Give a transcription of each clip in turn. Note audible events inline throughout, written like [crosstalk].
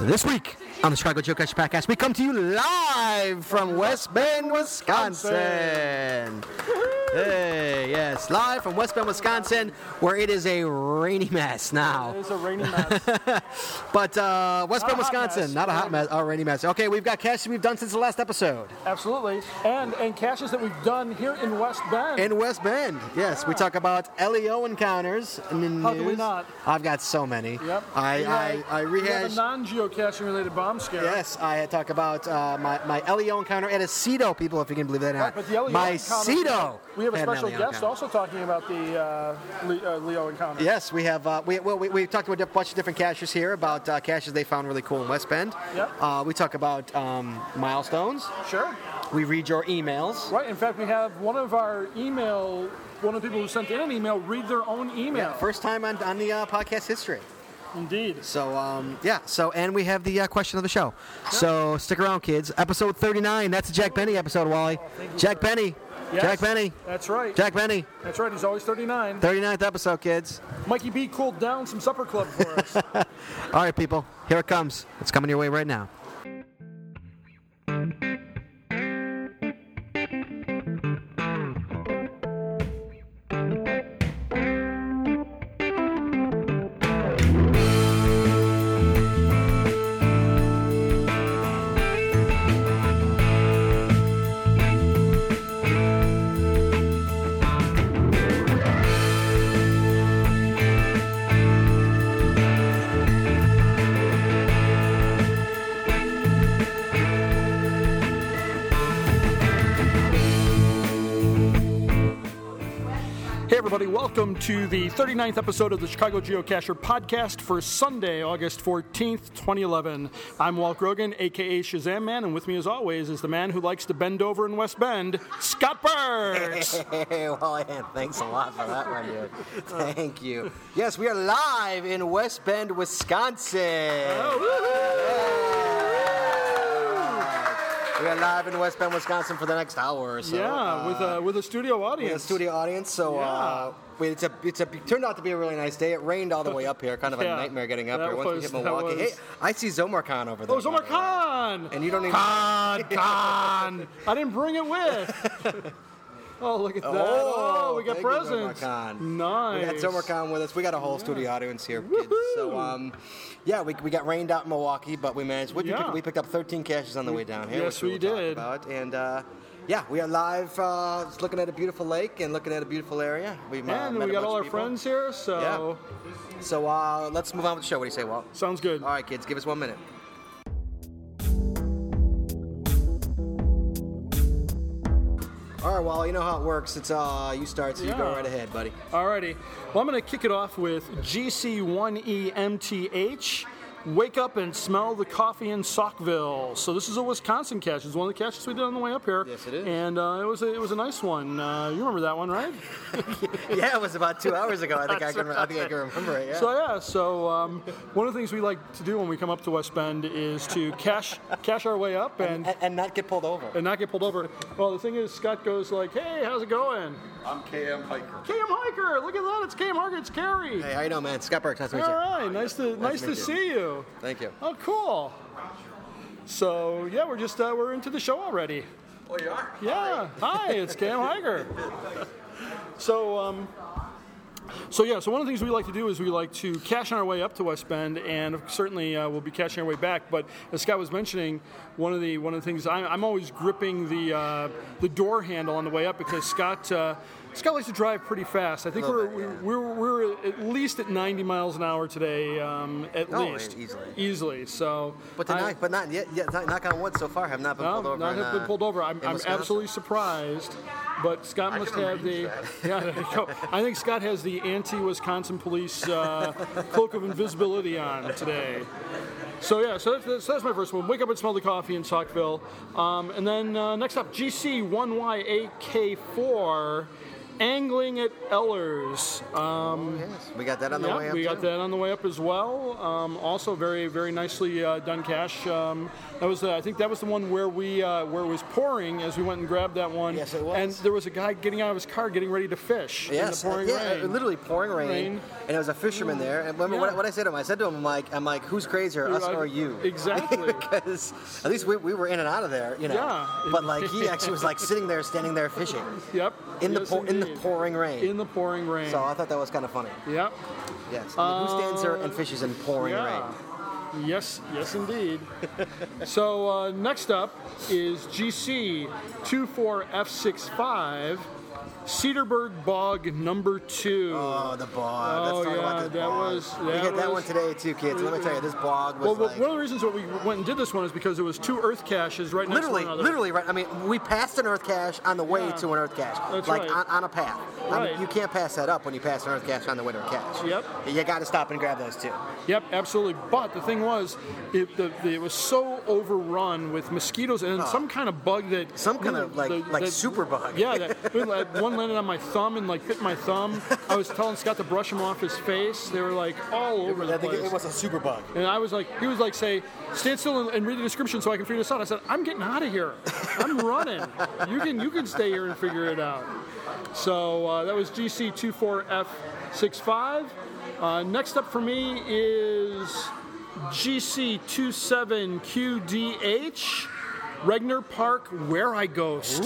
This week on the Chicago Joe Catch Podcast, we come to you live from West Bend, Wisconsin. Hey, yes, live from West Bend, Wisconsin, where it is a rainy mess now. It's a rainy mess. [laughs] But uh, West Not Bend, a hot Wisconsin, mess. not a hot mess, a rainy mess. Okay, we've got cash we've done since the last episode Absolutely. And and caches that we've done here in West Bend. in West Bend. Yes, we talk about LEO encounters. In the How could we news. not? I've got so many. yep. I We I, had- I We had a rehash. non-geocaching related bomb scare. Yes, I talk about uh, my, my LEO encounter at a CETO, people, if you can believe that. or not. But the LEO my encounter- CETO. We have a had an special LEO guest encounter. also talking about the uh, Le- uh, Leo encounter. Yes, we have. Uh, we, well, we we talked to a bunch of different caches here about uh, caches they found really cool in West Bend. Yep. Uh, we talk about um, milestones. Sure. We read your emails. Right. In fact, we have one of our email, one of the people who sent in an email, read their own email. First time on, on the uh, podcast history. Indeed. So um, yeah. So and we have the uh, question of the show. So stick around, kids. Episode 39. That's a Jack Benny episode, Oh, Wally. Jack Benny. Yes. Jack Benny. That's right. Jack Benny. That's right. He's always 39. 39th episode, kids. Mikey B cooled down some supper club for us. All right, people. Here it comes. It's coming your way right now. Hey, everybody, welcome to the 39th episode of the Chicago Geocacher podcast for Sunday, August 14th, 2011. I'm Walt Grogan, aka Shazam Man, and with me, as always, is the man who likes to bend over in West Bend, Scott [laughs] Burks. Hey, well, Ann, thanks a lot for that [laughs] one, dude. Thank you. Yes, we are live in West Bend, Wisconsin. Oh, Yeah. We are live in West Bend, Wisconsin for the next hour or so. yeah, with, a, with a studio with a audience. studio audience. So, Yeah. uh, wait, it's a, it's a, it turned out to be a really nice day. It rained all the way up here, kind of [laughs] a Yeah. nightmare getting up That here. Once we was- hit that Milwaukee, was- hey, I see Zomar Khan over there. Oh, Zomar by the way. [laughs] Khan! And you don't even. [laughs] Khan, Khan! I didn't bring it with. Oh, look at that. Oh, we got thank you, Zomar presents. Khan. Nice. We got Summer Con with us. We got a whole studio audience here, kids. So, um, yeah, we, we got rained out in Milwaukee, but we managed. What did we, Yeah. pick, we picked up 13 caches on the way down here. yes, which we, we will talk did. About. And uh, yeah, we are live, uh, just looking at a beautiful lake and looking at a beautiful area. We uh, And met we a got bunch all of our people. friends here, so So uh, let's move on with the show. What do you say, Walt? sounds good. All right, kids, give us one minute. All right, Wally, you know how it works. It's uh, you start, so you go Yeah. right ahead, buddy. Alrighty. Well, I'm going to kick it off with E GC1EMTH. Wake up and smell the coffee in Sockville. So this is a Wisconsin cache. It's one of the caches we did on the way up here. Yes, it is. And uh, it was a, it was a nice one. Uh, you remember that one, right? [laughs] yeah, it was about two hours ago. I think I can. I think I can remember it. Yeah. So yeah. So um, one of the things we like to do when we come up to West Bend is to cache cache our way up and and, and not get pulled over. and not get pulled over. Well, the thing is, Scott goes like, "Hey, how's it going?" I'm KM Hiker. KM Hiker, look at that! It's KM Hiker. It's Carrie. Hey, how you doing, man? Scott Burke, nice to meet All you. right, nice to nice to to meet you. see you. Thank you. Oh, cool. So yeah, we're just uh, we're into the show already. Oh, you are? Yeah. Hi, it's Cam Heiger. [laughs] So, um, so yeah. So one of the things we like to do is we like to cash on our way up to West Bend, and certainly uh, we'll be cashing our way back. But as Scott was mentioning, one of the one of the things I'm, I'm always gripping the uh, the door handle on the way up because Scott. Uh, Scott likes to drive pretty fast. I think Little we're, bit, yeah. we're, we're at least at 90 miles an hour today, um, at Oh, least. easily. Easily. So. But tonight, I- but not yet. yet not, knock on wood, so far have not been pulled no, over. not in, have uh, been pulled over. I'm, in I'm Wisconsin. absolutely surprised. But Scott I must can have the. arrange [laughs] Yeah, there you go. I think Scott has the anti-Wisconsin police uh, cloak of invisibility on today. So yeah, so that's, so that's my first one. Wake up and smell the coffee in Sockville, um, and then uh, next up GC1YAK4. Angling at Ellers. Yes, we got that on the way Yeah, up. we got too. that on the way up as well. Um, also, very very nicely uh, done, Cash. Um, that was uh, I think that was the one where we uh, where it was pouring as we went and grabbed that one. Yes, it was. And there was a guy getting out of his car, getting ready to fish. Yes, uh, in the pouring yeah, rain. literally pouring rain, Rain. and it was a fisherman there. And remember what, Yeah. what I said to him? I said to him, I'm like, I'm like, who's crazier, us I- or you? [laughs] exactly. because at least we, we were in and out of there, you know. Yeah. But like, he actually was like sitting there, standing there fishing Yep. in the Yes, pour, in the indeed. pouring rain. In the pouring rain. so uh, I thought that was kind of funny. Yep. Yes, I mean, who stands there and fishes in pouring Yeah. rain? Yes, yes, [laughs] indeed. so uh, next up is GC 24F65 Cedarburg Bog Number Two. Oh, the bog. Oh, Let's talk yeah, about this that bog. was- we that get that one was- today too, kids. Let me tell you, this bog well, was well, like. one of the reasons that we went and did this one is because there was two Earth caches right next Literally, to one another. literally, right. I mean, we passed an Earth cache on the way Yeah. to an Earth cache, That's like right. on, on a path. I mean, Right. you can't pass that up when you pass an Earth cache on the way to a cache. Yep. You got to stop and grab those too. Yep, absolutely. But the thing was, it, the, the, it was so overrun with mosquitoes and some kind of bug that Some kind of, like- like superbug. Yeah, [laughs] that, like, one landed on my thumb and like bit my thumb. I was telling Scott to brush him off his face. They were like all over I the think place. it, it was a super bug. and I was like, he was like, say, stand still and, and read the description so I can figure this out. I said, I'm getting out of here. I'm running. you can you can stay here and figure it out. So uh, that was GC24F65. Uh, next up for me is GC27QDH, Regner Park Where I Ghost.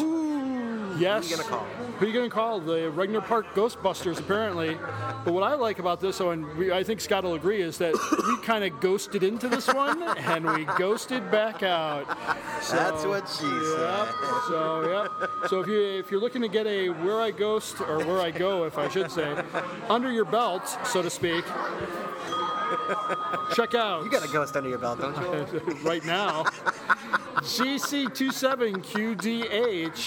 Yes. Who you gonna call? Who you gonna call? The Regner Park Ghostbusters, apparently. But what I like about this, oh, and we, I think Scott will agree, is that we kind of ghosted into this one and we ghosted back out. Oh, That's what she Yep. said. So yep. So if you if you're looking to get a where I ghost or where I go, if I should say, under your belt, so to speak, check out You got a ghost under your belt, don't [laughs] you? right now. GC27QDH,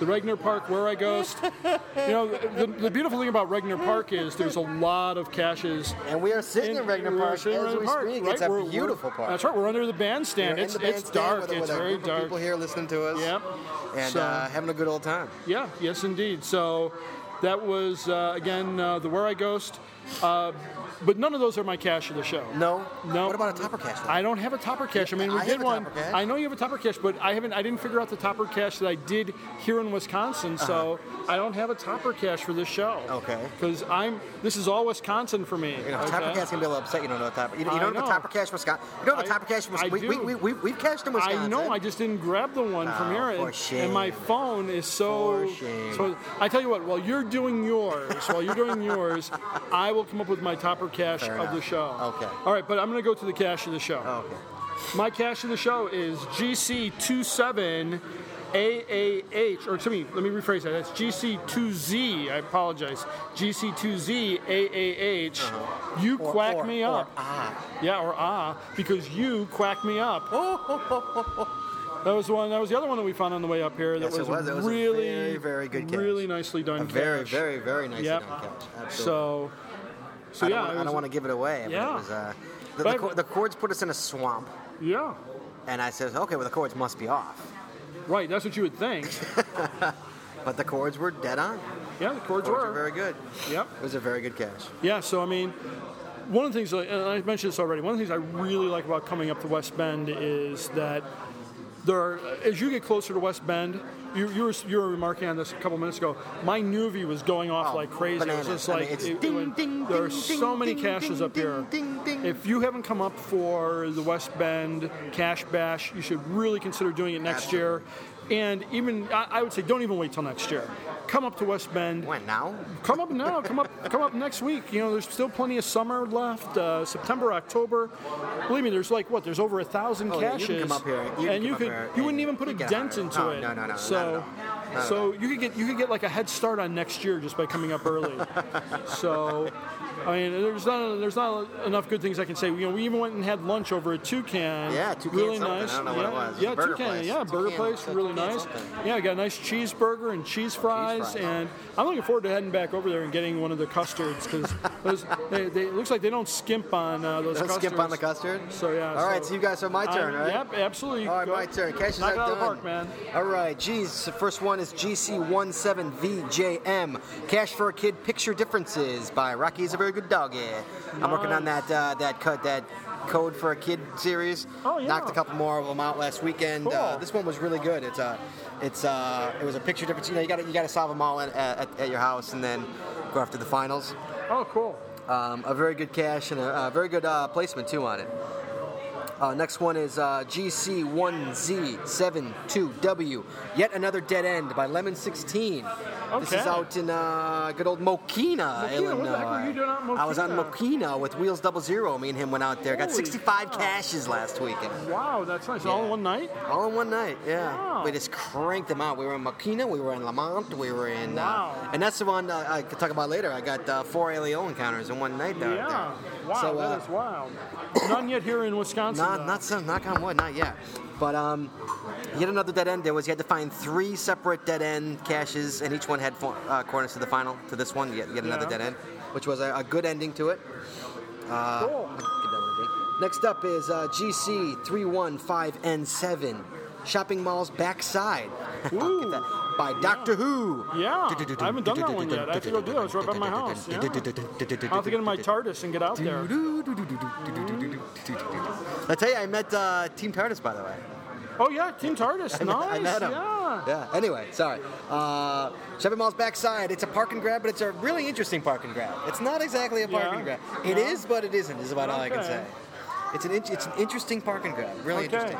the Regner Park Where I Ghost. You know, the, the beautiful thing about Regner Park is there's a lot of caches. And we are sitting in Regner we're Park sitting in as Regner we Park, speak. right? It's a We're- we're- beautiful park. That's right, we're under the bandstand. We're in it's the it's bandstand dark, with a- it's with a very group of dark. People here listening to us. Yep. And So- uh, having a good old time. Yeah, yes, indeed. So that was, uh, again, uh, the Where I Ghost. Uh, but none of those are my cash of the show. No. No. What about a topper cash? I don't have a topper cache. I mean, we I did have a one. topper cache. I know you have a topper cache, but I haven't. I didn't figure out the topper cache that I did here in Wisconsin, so I don't have a topper cache for this show. Uh-huh. Okay. Because I'm. This is all Wisconsin for me. You know, topper okay? cash can be a little upset. You don't know a topper. You, you I don't have know. a topper cash Wisconsin. You don't have a I- topper cash I Wisconsin. We, we, do. we, we, we've cashed in Wisconsin. I know. I just didn't grab the one from Oh, here, and, for shame. and my phone is so. For shame. So I tell you what. While you're doing yours, while you're doing yours, I will come up with my topper cache Fair of the enough. show. Okay. All right, but I'm going to go to the cache of the show. Oh, okay. My cash of the show is GC27AAH, or excuse me, let me rephrase that. That's GC2Z. I apologize. GC2ZAAH. You Uh-huh. Or- quack or- me or up. ah. Oh, Yeah, or ah, because you quack me up. That was one. That was the other one that we found on the way up here. That Yes, it was. It was a really, very, very good catch. really nicely done. A very, catch. very, very nicely Yep. done catch. Absolutely. So, so I don't, yeah, wanna, it I don't was- want to give it away. but Yeah. It was, uh, the, But the, I- cor- the cords put us in a swamp, yeah, and I said, okay, well, the cords must be off. right. That's what you would think. But the cords were dead on. Yeah, the cords Cords were were. very good. Yep. It was a very good catch. Yeah, so I mean, one of the things, and I mentioned this already, one of the things I really like about coming up to West Bend is that there are, as you get closer to West Bend, you, you, were, you were remarking on this a couple minutes ago, my newbie was going off Oh, like crazy. bananas. It was just I mean, like, it's it- it ding, went- ding, there are ding, so ding, many ding, caches ding, up here. ding, ding, ding. If you haven't come up for the West Bend Cash Bash, you should really consider doing it next year. And even, I, I would say, don't even wait till next year. Come up to West Bend When now? come up now. Come up. Come up next week. You know, there's still plenty of summer left. Uh, September, October. Believe me, there's like what? There's over a thousand Oh, yeah, you caches. can come up here. You can and you come up could. here You wouldn't and even put a you can dent have- into no, it. no, no, no, So. not at all. Not so you could get you could get like a head start on next year just by coming up early. so I mean, there's not there's not enough good things I can say. You know, we even went and had lunch over at Toucan. Yeah, Toucan really something. I nice. don't know what it yeah, was. It was a yeah, burger Toucan. place. Yeah, burger Toucan, place, uh, really Toucan nice. something. Yeah, I got a nice cheeseburger and cheese fries, fries. and I'm looking forward to heading back over there and getting one of the custards because those they, they it looks like they don't skimp on uh, those. Don't skip on the custards. custard. So yeah. All right, so you guys. So my turn, I'm- right? Yep, absolutely. All right, Go- my turn. Cash is Knock it out done. of the park, man. All right, geez. The first one is GC17VJM. Cash for a Kid Picture Differences by Rocky is a Very Good Doggy. I'm working on that uh, that cut that Code for a Kid series. Oh, yeah. Knocked a couple more of them out last weekend. Uh, Cool. this one was really good. It's a it's uh, it was a picture difference. You know, you got to you got to solve them all at, at, at your house and then go after the finals. Oh, cool. Um, a very good cash and a, a very good uh, placement too on it. Uh, next one is uh, GC1Z72W. Yet another dead end by Lemon 16. This is Okay. out in uh, good old Mokina, Mokina, Illinois. what the heck were you doing out in I was on Mokina? Mokina with Wheels Double Zero. Me and him went out there. Got Holy 65 caches last weekend, Wow, that's nice. All in one night. all in one night. Yeah, Wow. we just cranked them out. We were in Mokina, we were in Lamont, we were in. Wow. Uh, and that's the one uh, I could talk about later. I got uh, four Alien encounters in one night down Yeah. there. Wow, So, uh, that is wild. None yet here in Wisconsin. Not, though. not some, knock on wood, not yet. But um, yet another dead end. There was you had to find three separate dead end caches, and each one had four, uh, corners to the final. To this one, yet, yet another Yeah. dead end, which was a, a good ending to it. uh, cool. Give that one a drink. Next up is uh, GC315N7, Shopping Mall's Backside. [laughs] Ooh. Get that. By Doctor Who. Yeah, I haven't done that one yet. I have to go do that. It's right by my house, yeah. I'll have to get in my TARDIS and get out [laughs] there. I tell you, I met uh, Team TARDIS, by the way. Oh yeah, Team TARDIS. I met- nice. I met him. Yeah. Anyway, sorry. Uh, Chevy Mall's backside. It's a park and grab, but it's a really interesting park and grab. It's not exactly a park Yeah. and grab. It Yeah. is, but it isn't. Is about all I can Okay. say. It's an in- it's an interesting park and grab. Really Okay. interesting.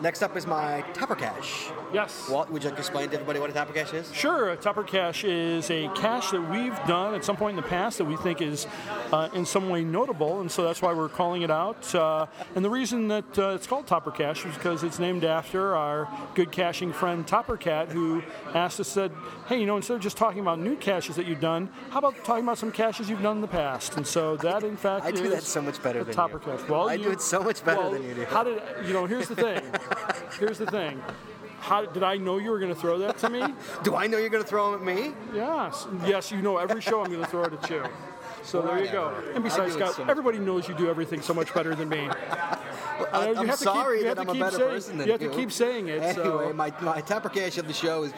Next up is my topper cache. Yes. Walt, would you like to explain to everybody what a topper cache is? Sure, a Tupper Cache is a cache that we've done at some point in the past that we think is uh, in some way notable, and so that's why we're calling it out. Uh, and the reason that uh, it's called Topper Cache is because it's named after our good caching friend Topper Cat, who asked us, said, "Hey, you know, instead of just talking about new caches that you've done, how about talking about some caches you've done in the past?" And so that, in fact, I do is that so much better a than you. Topper Cache. Well, I you- do it so much better well, than you do. How did you know? Here's the thing. here's the thing. How did I know you were going to throw that to me? Do I know you're going to throw them at me? Yes, yes, you know every show I'm going to throw it at you. So there you go. Whatever. And besides, I do it Scott, so much. everybody knows you do everything so much better than me. I, know, you am have to keep- sorry you have that to I'm a keep better saying- person than you. you have to keep saying it, so- Anyway, my, my topper cache of the show is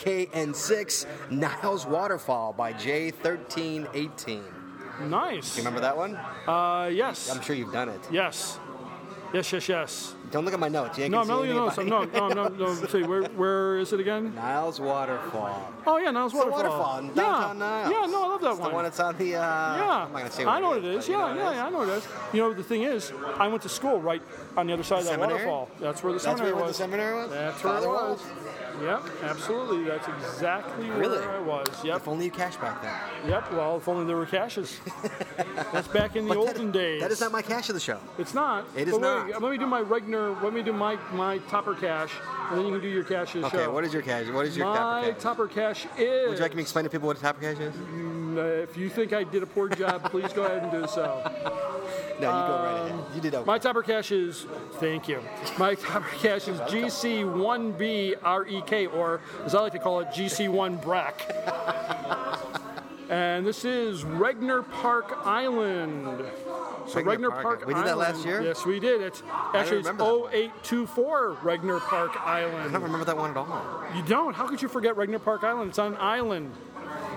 GC1NK9KN6 Niles Waterfall by J1318. You Nice. remember that one? Uh, yes, I'm sure you've done it. yes, yes, yes, yes. Don't look at my notes. You ain't No, I'm gonna not see looking at those. anybody. No, no, no, no. See, where, where is it again? [laughs] Niles Waterfall. Oh yeah, Niles It's a Waterfall. waterfall in downtown yeah. Niles. Yeah, no, I love that It's one. The one that's on the. Uh, yeah, I'm not gonna say. What I know what it is. but you know Yeah, yeah, it is. yeah, I know what it is. You know, the thing is, I went to school right on the other side of that Seminary? waterfall. That's where the That's where seminary you went to was. seminary was. That's where it Father was. Yep, absolutely. That's exactly Really? where I was. Yep, If only you cash back then. yep. Well, if only there were [laughs] caches. That's back in the But that- olden days. That is not my cash of the show. It's not. It is but wait, not. Let me do my regular. Let me do my my topper cache, and then you can do your cache of the Okay, show. what is your cash? What is your topper my cache? topper cache is. Would you like me to explain to people what a topper cache is? Uh, if you think I did a poor job, please go ahead and do so. No, you go right ahead. You did okay. My topper cache is thank you. My topper cache is GC1BREK, E or as I like to call it, GC1BRAC. and this is Regner Park Island. So Regner Regner, Park Park, Island. We did that Island- last year? Yes, we did. It's actually it's remember that one. 0824 Regner Park I don't Island. remember that one at all. You don't? How could you forget Regner Park Island? It's on an island.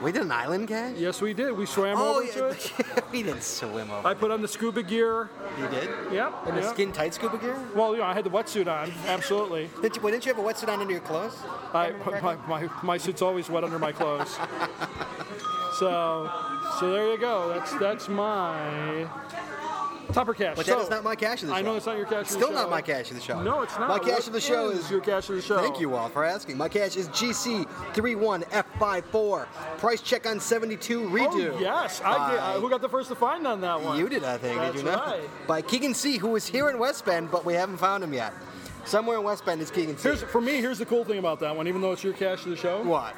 We did an island cache? Yes, we did. We swam Oh, over to yeah. [laughs] it. we didn't swim over. I put on the scuba gear. You did? Yep. In a yep. skin tight scuba gear? Well, you know, I had the wetsuit on. Absolutely. Did you, well, didn't you have a wetsuit on under your clothes? I, my, my, my suit's always wet under my clothes. so, so there you go. That's that's my topper cash. But so, that is not my cash of the I show. know it's not your cash. of the Still not show. my cash of the show. No, it's not. My cash What of the show is your cash of the show. Thank you all for asking. My cash is GC31F54. Price check on 72 redo. Oh, yes, I did. By- who got the first to find on that one? You did, I think. That's did you not? right. By Keegan C, who is here in West Bend, but we haven't found him yet. Somewhere in West Bend is Keegan C. Here's, for me, here's the cool thing about that one. Even though it's your cash of the show, what?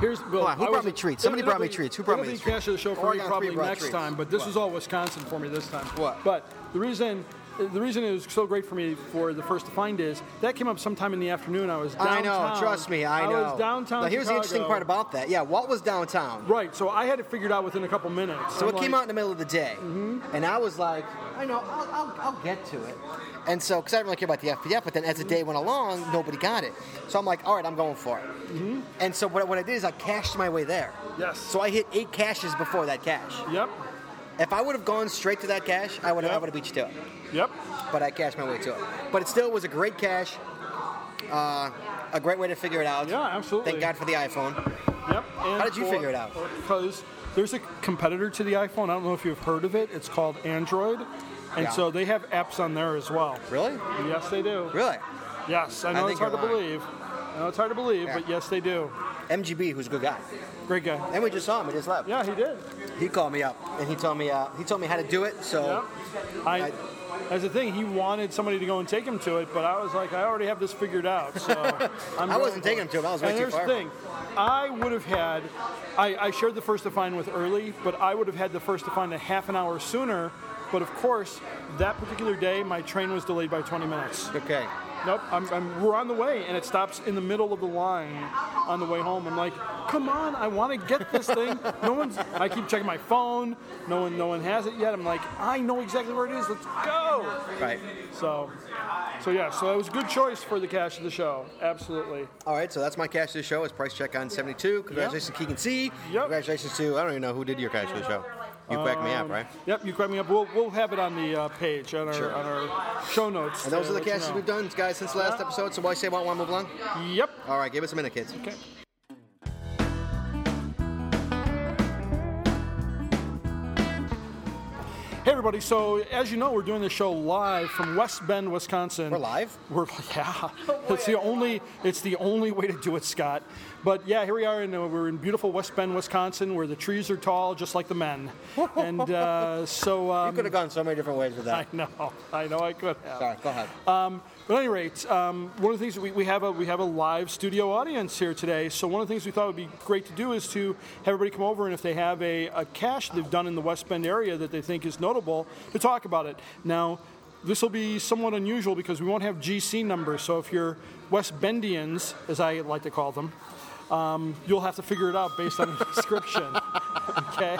Here's well, Hold on, who I brought was- me treats? Somebody it'll brought me be- treats. Who brought it'll me be treats? cash of the show Oh, I for you got probably three brought next treats. time, but this is all Wisconsin for me this time. What? But the reason. The reason it was so great for me for the first to find is that came up sometime in the afternoon. I was downtown. I know. Trust me, I know. I was downtown. Now, here's the interesting Chicago. part about that. Yeah, what was downtown? Right, so I had it figured out within a couple minutes. So I'm it came like, out in the middle of the day, and I was like, Mm-hmm. I know, I'll, I'll, I'll get to it. And so, because I didn't really care about the FPF, but then as the day went along, nobody got it. So I'm like, all right, I'm going for it. And so what, what I did is I cashed my way there. Yes. So I hit eight caches before that cash. Yep, If I would have gone straight to that cash, I would have I Yep. would have beat you to it. yep. But I cashed my way to it. But it still was a great cash, uh, a great way to figure it out. Yeah, absolutely. Thank God for the iPhone. Yep. And How did you figure it out? Because there's a competitor to the iPhone. I don't know if you've heard of it. It's called Android, and Yeah. so they have apps on there as well. Really? Yes, they do. Really? Yes, I know think it's hard to you're lying. believe. I know it's hard to believe, Yeah. but yes, they do. MGB, who's a good guy. Great guy. And we just saw him. He just left. Yeah, he did. He called me up and he told me uh, he told me how to do it. So Yeah. I. Oh. I- As a thing, he wanted somebody to go and take him to it, but I was like, I already have this figured out. [laughs] So I'm I going wasn't for taking him to him. I was way and too here's far. the thing, I would have had, I, I shared the first to find with early, but I would have had the first to find a half an hour sooner. But of course, that particular day, my train was delayed by 20 minutes. okay, Nope, I'm, I'm, we're on the way, and it stops in the middle of the line on the way home. I'm like, come on, I want to get this thing. No one's. I keep checking my phone. No one, no one has it yet. I'm like, I know exactly where it is. Let's go. right. So, so yeah, so that was a good choice for the cash of the show. Absolutely. All right, so that's my cash to the show. It's price check on seventy two. Congratulations, Keegan C. Yep. Congratulations to I don't even know who did your cash to the show. You cracked me up, right? Yep, you crack me up. We'll, we'll have it on the uh, page on our Sure. on our show notes. And those to are the let you caches know. we've done, guys, since the last Yeah. episode. So why say want one move along? Yep. All right, give us a minute, kids. Okay. Hey everybody! So as you know, we're doing this show live from West Bend, Wisconsin. We're live? We're [laughs] yeah. It's the only it's the only way to do it, Scott. But yeah, here we are, and uh, we're in beautiful West Bend, Wisconsin, where the trees are tall, just like the [laughs] men. And uh, so You um, could have gone so many different ways [laughs] with I that. Uh, know, I know, I could have. Sorry, go ahead. But at any rate, um, one of the things that we, we have a we have a live studio audience here today. So one of the things we thought would be great to do is to have everybody come over and if they have a, a cache they've done in the West Bend area that they think is notable, to talk about it. Now, this will be somewhat unusual because we won't have GC numbers. So if you're West Bendians, as I like to call them, um, you'll have to figure it out based on the [laughs] description. okay.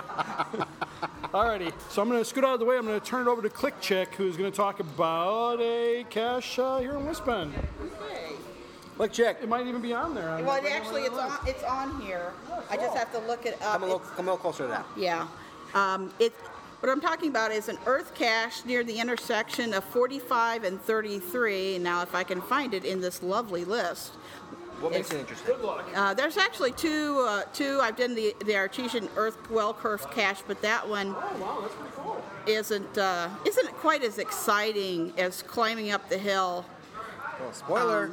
Alrighty, so I'm going to scoot out of the way. I'm going to turn it over to Click Chick, who's going to talk about a cache uh, here in West Bend. Look, check. It might even be on there. Well, it actually, it's on, it's on here. I just have to look it up. Come a little, come a little closer to that. It's- Yeah. Um, it, what I'm talking about is an earth cache near the intersection of 45 and 33. Now, if I can find it in this lovely list. What makes it interesting? Uh, there's actually two, uh, two, I've done the, the Artesian Earth Well Curve cache, but that one Oh, isn't, uh, isn't quite as exciting as climbing up the hill. Well, Oh, spoiler.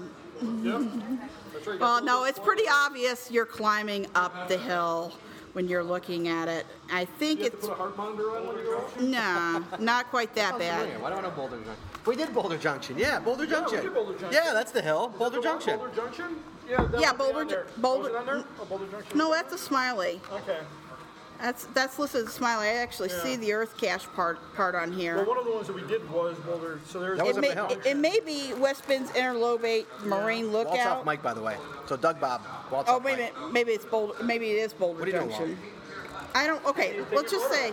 Well, no, it's pretty obvious you're climbing up the hill when you're looking at it. I think it's no, not quite that bad. Why do I know Boulder Junction? We did Boulder Junction. Yeah, Boulder Junction. did Boulder Junction. Yeah, that's the hill. Boulder Junction. Boulder Junction? Yeah, that Yeah, might be Boulder on Ju- there. Boulder- Was it on there? Oh, Boulder Junction. No, that's a smiley. Okay. That's that's listed as smiley. I actually see the Earth Cache part part on Well, here. one of the ones that we did was Boulder. So there's. That It was up may, the hill. it, it may be West Bend's Interlobate Marine Walt's off Lookout. Mike, by the way. So Doug Bob. Walt's Oh, off wait a mic. minute. Maybe it's Boulder. Maybe it is Boulder What are you doing, Junction. I don't. Okay, let's just say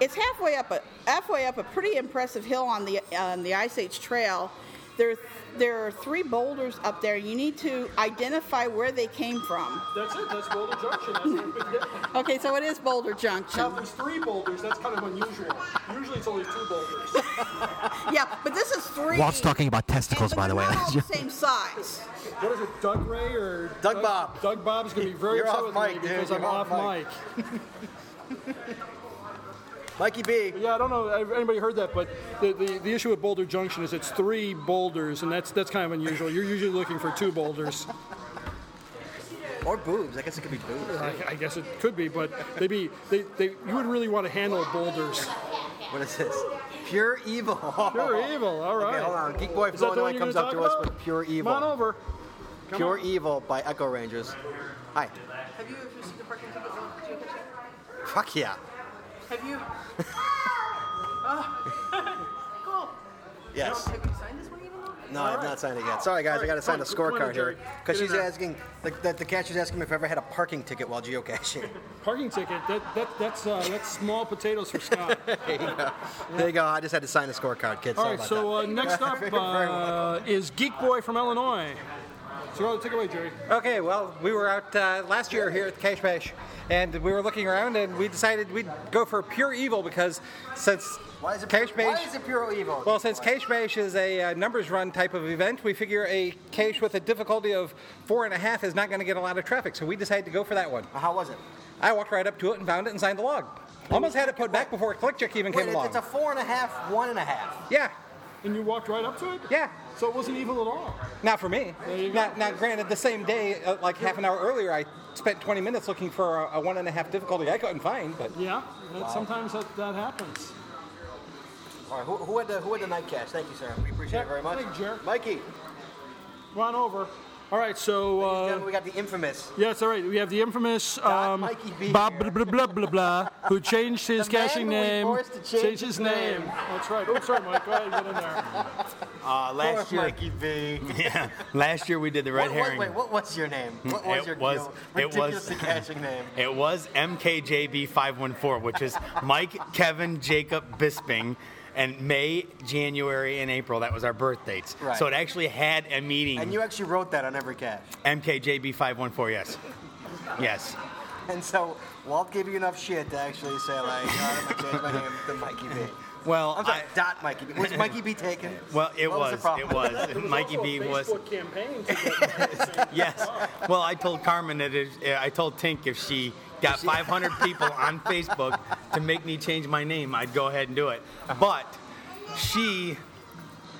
it's halfway up a halfway up a pretty impressive hill on the on the Ice Age Trail. There there are three boulders up there. You need to identify where they came from. That's it. That's Boulder Junction. That's what we did. Okay, so it is Boulder Junction. [laughs] Now, if there's three boulders, that's kind of unusual. Usually it's only two boulders. Yeah, but this is three. Walt's talking about and- testicles, but by the they're way. not [laughs] all the same size. What is it, Doug Ray or Doug Bob. Doug Bob's gonna be very You're upset with off mic, me dude. because I'm You're off off mic. mic. Mikey B. Yeah, I don't know if anybody heard that, but the, the, the issue with Boulder Junction is it's three boulders, and that's that's kind of unusual. You're usually looking for two boulders. Or boobs. I guess it could be boobs. I, I guess it could be, but they'd be, they, they, you would really want to handle boulders. What is this? Pure evil. Pure evil, all right. Okay, hold on. Geek Boy from Is that the Illinois one you're comes gonna up to talk us about? with pure Come on evil. over. Pure Evil by Echo Rangers. Hi. Have you ever seen the parking ticket? No, do you have a Fuck yeah. ticket? Have you? oh. cool. Yes. Um, have you signed this one even though? No, I've not signed it yet. Sorry, guys, I got to sign the Come on, scorecard here Jerry. Get because in she's there. asking the, the, the cashier's asking me if I ever had a parking ticket while [laughs] geocaching. Parking ticket. That, that that's uh, that's small potatoes for [laughs] Scott. There you go. I just had to sign the scorecard, kids. All Sorry right. about So that. uh, next up [laughs] Very uh, is Geek Boy from Illinois. So go take it away, Jerry. Okay, well, we were out uh, last year here at Cash Bash, and we were looking around, and we decided we'd go for pure evil because since why is it Cash Bash, Why is it pure evil? well, since Cash Bash is a uh, numbers run type of event, we figure a cache with a difficulty of four and a half is not going to get a lot of traffic, so we decided to go for that one. how was it? I walked right up to it and found it and signed the log. Almost had it put back before ClickCheck even Wait, came it's, along. it's a four and a half, one and a half. yeah, And you walked right up to it. yeah. So it wasn't evil at all. Not for me. you go. Now, now, granted, the same day, uh, like half an hour earlier, I spent 20 minutes looking for a, a one and a half difficulty I couldn't find. But Yeah. That, Sometimes that, that happens. All right, who, who had the who had the night cash? Thank you, sir. We appreciate it very much. Thank you, Jer. Mikey, Run over. All right. So. Uh, gentlemen, we got the infamous Yes, all right. We have the infamous Not um, Mikey B. Bob blah blah blah blah blah, who changed his The man caching who we name. forced to change changed his his name. name. That's right. Oops, sorry, Mike. Go ahead and get in there. Uh, last year, Mikey B. [laughs] yeah, last year we did the red What- what- herring. Mm, wait, what was your name? What was It your was- your it was- ridiculously [laughs] catching name? It was MKJB514, which is Mike, Kevin, Jacob, Bisping, and May, January, and April. That was our birth dates. Right. So it actually had a meeting. And you actually wrote that on every cash. MKJB514, yes. Yes. [laughs] And so Walt gave you enough shit to actually say like, oh, I'm gonna change my name to Mikey B. Well, I'm sorry, I- dot Mikey B. [laughs] Was Mikey B taken? Well, it What was the was. problem? it was. [laughs] Mikey B was. [laughs] Yes. Well, I told Carmen that if, eh, I told Tink if she got 500 people on Facebook to make me change my name, I'd go ahead and do it. But she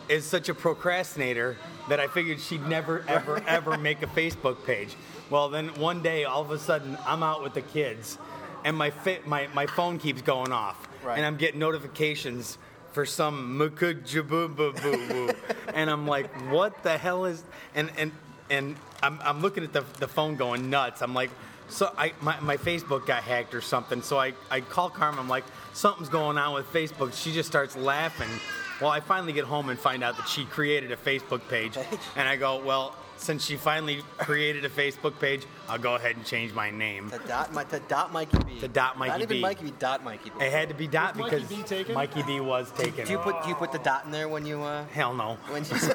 is such a procrastinator that I figured she'd never, ever, ever make a Facebook page. Well, then one day, all of a sudden, I'm out with the kids, and my fa- my, my phone keeps going off, Right. and I'm getting notifications for some mukujaboo and I'm like, what the hell is? And and and I'm, I'm looking at the, the phone going nuts. I'm like, so I my, my Facebook got hacked or something. So I, I call Carmen. I'm like, something's going on with Facebook. She just starts laughing. Well, I finally get home and find out that she created a Facebook [laughs] page, and I go, well, since she finally created a Facebook page, I'll go ahead and change my name. [laughs] To dot, Mi- to dot Mikey B. To dot Mikey Not even B. Mikey B. Dot Mikey B. It had to be dot Was Mikey because B taken? Mikey B was taken. Do you put do you put the dot in there when you uh Hell no. when [laughs] you say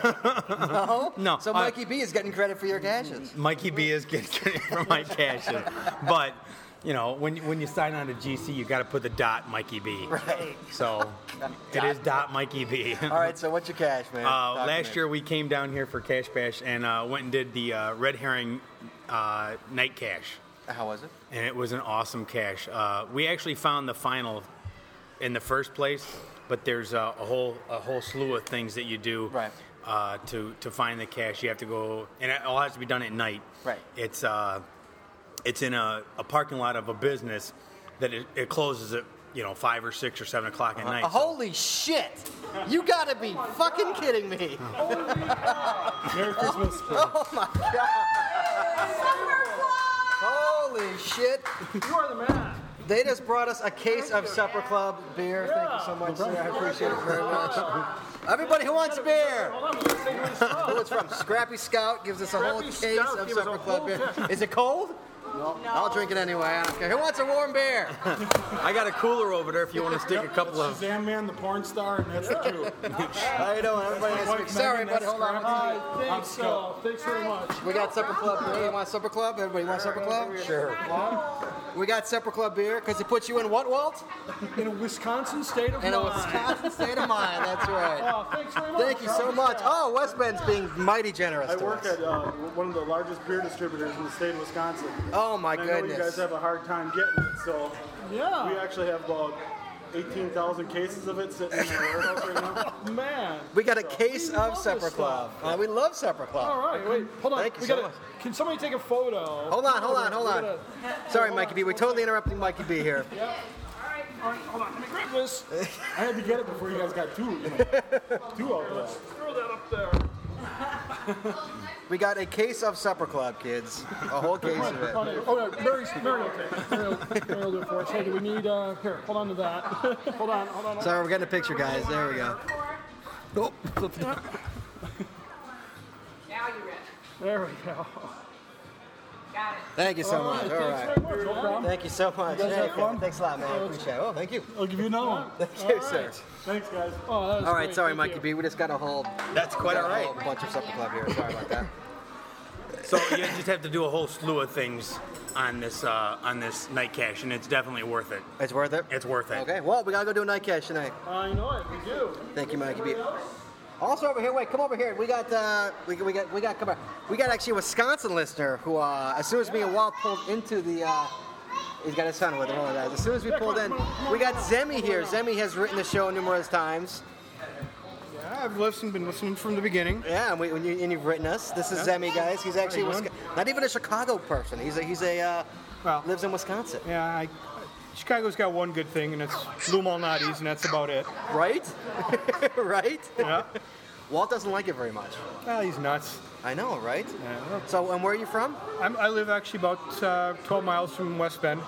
no? No, So uh, Mm-hmm. Mikey B is getting credit for your caches. Mikey B is getting [laughs] credit for my cash, in. but you know when when you sign on to GC, you got to put the dot Mikey B. Right. So it is dot Mikey B. [laughs] All right, so what's your cash, man? Talk Uh, to last me. year we came down here for Cash Bash and uh, went and did the uh, Red Herring uh, Night Cash. How was it? and it was an awesome cache. Uh, we actually found the final in the first place, but there's a, a whole a whole slew of things that you do Right. uh, to to find the cache. You have to go, and it all has to be done at night. Right. It's uh, it's in a, a parking lot of a business that it, it closes at you know five or six or seven o'clock at night. so- Holy shit! You gotta be fucking kidding me! Merry Christmas. Oh my god! Holy shit! you are the man. They just brought us a case of Supper Club beer. Thank you so much, sir. I appreciate it very much. Everybody who wants beer! Hold on, we're gonna take away the straw. Who it's from? Scrappy Scout gives us a whole Scrappy case Scout of gave us Supper a Club whole beer. case. Is it cold? I'll drink it anyway. I don't care. Who wants a warm beer? I got a cooler over there if you want to [laughs] stick a couple of. Shazam Man, the porn star, and that's the truth. How you doing? Everybody has to be sorry, but hold on. I think so. Thanks very much. We got Supper Club beer. You want Supper Club? Everybody want Supper Club? Sure. We got Supper Club beer because it puts you in what, Walt? In a Wisconsin state of In a mind. [laughs] Wisconsin state of mind. That's right. Oh, thanks very much. Thank you so much. Oh, West Bend's being mighty generous I to work us. at uh, one of the largest beer distributors in the state of Wisconsin. Oh, my and I know you goodness. guys have a hard time getting it, so Oh. we Yeah, actually have about 18,000 cases of it sitting in our warehouse right now. [laughs] man. We got a case We love of Supper this Club. Uh, we love Supper All Club. right, wait. Hold on. Thank you we so gotta, much. Can somebody take a photo? Hold on, hold on, hold We on. gotta- Sorry, Mikey B. We're totally interrupting Mikey B here. All right, hold on. Let me grab this. I had to get it before you guys got two, you know, two of us. Throw that up there. We got a case of supper club, kids. A whole case of it. Oh, no, oh, no, Mary's, Mary will take it. Mary will, Mary will do it for us. Hey, do we need, uh, here, hold on to that. hold on, hold on. Sorry, we're getting a picture, guys. There we go. Oh, Now you're ready. There we go. Got it. Thank you so much. All right. Thanks very much. No problem. Thank you so much. guys have fun? Thanks a lot, man. Appreciate it. Oh, thank you. I'll give you another one. Thank you, sir. Thanks, guys. Oh, that was all right, great. sorry, Thank Mikey you. B. We just got a whole, That's quite all Got a right. whole bunch of supper club here. Sorry about that. So you just have to do a whole slew of things on this uh, on this night cash, and it's definitely worth it. It's worth it. It's worth it. Okay. Well, we gotta go do a night cash tonight. I know it. We do. Thank you, Mikey B. Also over here, wait, come over here. We got uh, we, we got we got come on. We got actually a Wisconsin listener who, uh, as soon as me and Walt pulled into the, uh, he's got his son with him. Hold on, guys. As soon as we pulled in, we got Zemi here. Zemi has written the show numerous times. Yeah, I've listened, been listening from the beginning. Yeah, and, we, and, you, and you've written us. This is Zemi, guys. He's actually How you Wisco- not even a Chicago person. He's a, he's a uh, Well, lives in Wisconsin, yeah, I, Chicago's got one good thing, and it's Lou Malnati's, and that's about it. right? [laughs] right? Yeah. Walt doesn't like it very much. Ah, Well, he's nuts. I know, right? Yeah. So, and where are you from? I'm, I live actually about uh, 12 miles from West Bend,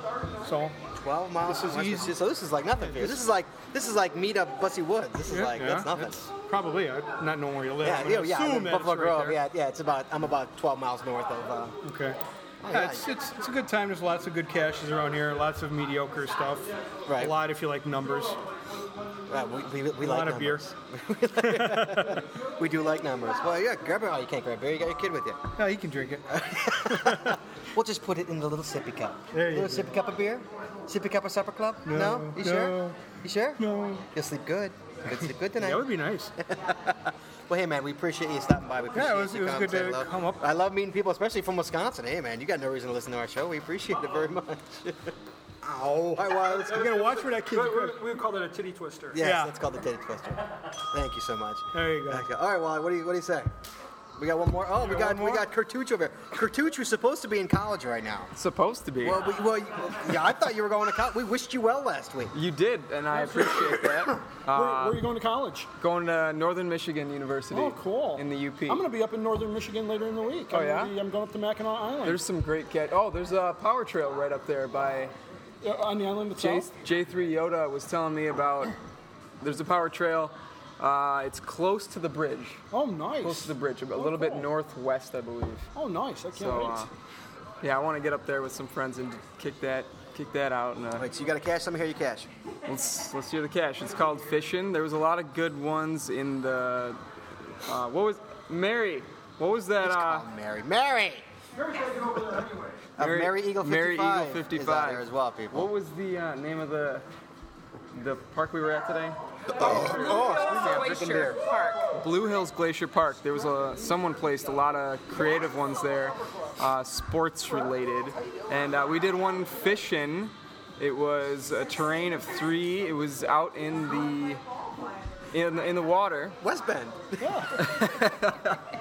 so 12 miles This is from West easy. Virginia. So this is like nothing. This is like this is like meet up Bussy Woods. This is yeah, like yeah, that's nothing. it's probably I not knowing where you live. yeah, but yeah, I yeah. I'm in assume that Buffalo it's right Grove. there. Yeah, yeah. It's about I'm about 12 miles north of. Uh, Okay. Oh, yeah. yeah, it's, it's, it's a good time. There's lots of good caches around here. Lots of mediocre stuff. Right. A lot if you like numbers. uh, we we, we a like lot numbers. of beer. [laughs] We do like numbers. Well, yeah. Grab beer. Oh, you can't grab beer. You got your kid with you. Yeah, you can drink it. [laughs] We'll just put it in the little sippy cup. There you little go. sippy cup of beer. Sippy cup of supper club. No. You sure? no, You sure? No. You'll sleep good. Good sleep [laughs] good tonight. That would be nice. Well, hey man, we appreciate you stopping by. We appreciate it was- you it was coming good say to hello. come up. I love meeting people, especially from Wisconsin. Hey man, you got no reason to listen to our show. We appreciate it very [laughs] much. [laughs] Ow! I was. You gotta watch where that kid's We, going. we, we would call that a titty twister. Yes, Yeah. that's called the titty twister. Thank you so much. There you go. Thank All right, Wally, what do you what do you say? We got one more. Oh, we got one we more? got Kurtuch over here. Kurtuch, who's supposed to be in college right now. Supposed to be. Well, we, well, yeah, I thought you were going to college. We wished you well last week. you did, and I appreciate [laughs] that. Uh, Where, where are you going to college? Going to Northern Michigan University. Oh, cool. In the UP. I'm going to be up in northern Michigan later in the week. Oh, I'm gonna yeah? Be, I'm going up to Mackinac Island. There's some great cat. Oh, there's a power trail right up there by Uh, on the island J- itself? J3 Yoda was telling me about. There's a power trail. Uh, it's close to the bridge. Oh, nice. Close to the bridge, a little bit northwest, I believe. Oh, nice. I Oh, can't So, wait. uh, yeah, I want to get up there with some friends and kick that, kick that out, and uh, Wait, so you got to cash some here. You cash. Let's let's hear the cash. It's called Fishin'. There was a lot of good ones in the. Uh, what was Mary? What was that? Uh, Oh, Mary, Mary. Of Mary, Eagle 55 Mary Eagle is out 55. there as well, people. What was the uh, name of the the park we were at today? Glacier Blue Hills Glacier Park. There was a someone placed a lot of creative ones there, uh, sports related, and uh, we did one fishing. It was a terrain of three. It was out in the in in the water. West Bend. [laughs]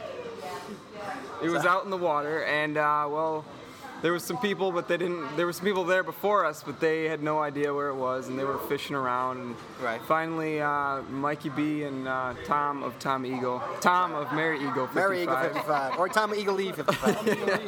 It was out in the water, and uh, well, there was some people, but they didn't. There were some people there before us, but they had no idea where it was, and they were fishing around. And Right. finally, uh, Mikey B and uh, Tom of Tom Eagle, Tom of Mary Eagle, 55, Mary Eagle 55. Or Tom Eagle Lee [laughs] E, 55. They Whichever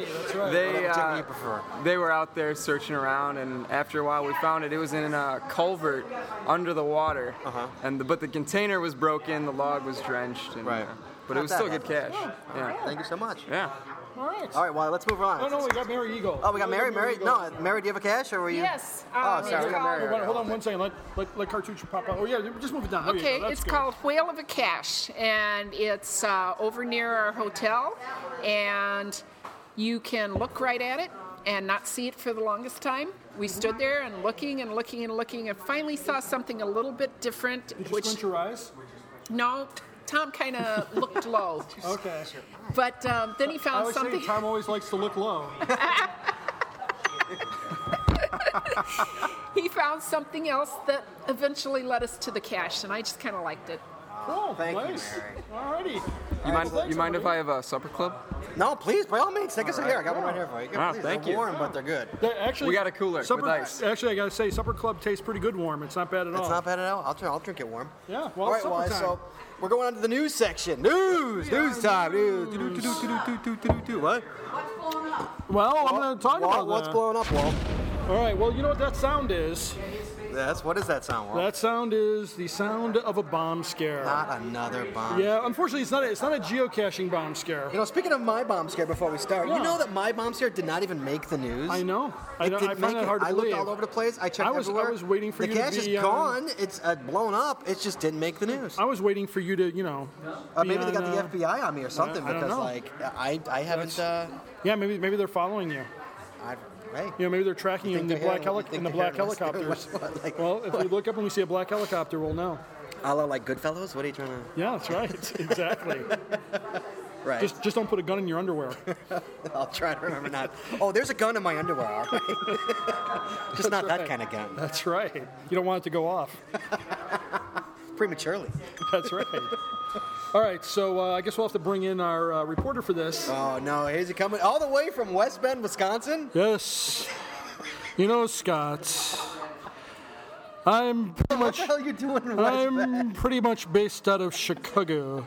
you uh, prefer. they were out there searching around, and after a while, we found it. It was in a culvert under the water, uh-huh. and the, but the container was broken, the log was drenched, and, Right. uh, but Not it was bad, still good not cash. Yeah. Thank you so much. Yeah. Oh, All right. All right, well, let's move on. No, no, we got Mary Eagle. Oh, we got Mary. Mary, Eagle. no, Mary, do you have a cash or were you? Yes, Oh, um, sorry, we it's got Mary. called- Hold on, right hold on one second. Let let let Cartucho pop up. Oh yeah, just move it down. There you Okay, go. That's it's good. called Whale of a Cache, and it's uh, over near our hotel, and you can look right at it and not see it for the longest time. We Mm-hmm. stood there and looking and looking and looking, and finally saw something a little bit different. Did you which squint your eyes? no, Tom kind of looked low, Okay. but um, then he I found always say something. Tom always likes to [laughs] look low. He found something else that eventually led us to the cache, and I just kind of liked it. Cool. Thank you, nice. Mary. Alrighty. You mind, Well, you thanks, mind if I everybody. have a supper club? No, please, by all means, take us All in right. here. I got one right here for you. Ah, Please, thank they're you. warm, but they're good. They're Actually, We got a cooler with supper, ice. Actually, I gotta say, supper club tastes pretty good warm. It's not bad at all. It's not bad at all. I'll, try, I'll drink it warm. Oh. Yeah. Well, all it's right, supper well, time. so we're going on to the news section. News, news time. News. Do-do-do-do-do-do-do-do-do. What? well, I'm gonna talk Walt, about what's that. blowing up, Walt? All right. Well, you know what that sound is? That's what is that sound, Walt? That sound is the sound of a bomb scare. Not another bomb. Yeah. Unfortunately, it's not. A, it's not a geocaching bomb scare. You know, speaking of my bomb scare, before we start, Yeah. you know that my bomb scare did not even make the news. I know. I, It don't- didn't I find make that it. hard to I believe. looked all over the place. I checked I was- I everywhere. was waiting for the you to cash is be on- gone. It's uh, blown up. It just didn't make the news. I was waiting for you to, you know. Uh, be maybe they on, got uh, the FBI on me or something I don't because know. like I I haven't. Uh, Yeah, maybe maybe they're following you. I, hey, You know, maybe they're tracking you in think the they're black hearing- helic- you in the think they're black hearing us? [laughs] helicopters. Like, well, if we look up and we see a black helicopter, we'll know. a la like Goodfellas. What are you trying to? Yeah, that's [laughs] right. exactly. Right. Just just don't put a gun in your [laughs] underwear. I'll try to remember not. Oh, there's a gun in my underwear. All right. [laughs] just not that kind of gun. That's right. You don't want it to go off. Prematurely. That's right. All right, so uh, I guess we'll have to bring in our uh, reporter for this. Oh no, here's he coming all the way from West Bend, Wisconsin. Yes. You know, Scott, I'm pretty What much the hell you doing in West Bend? I'm pretty much based out of Chicago,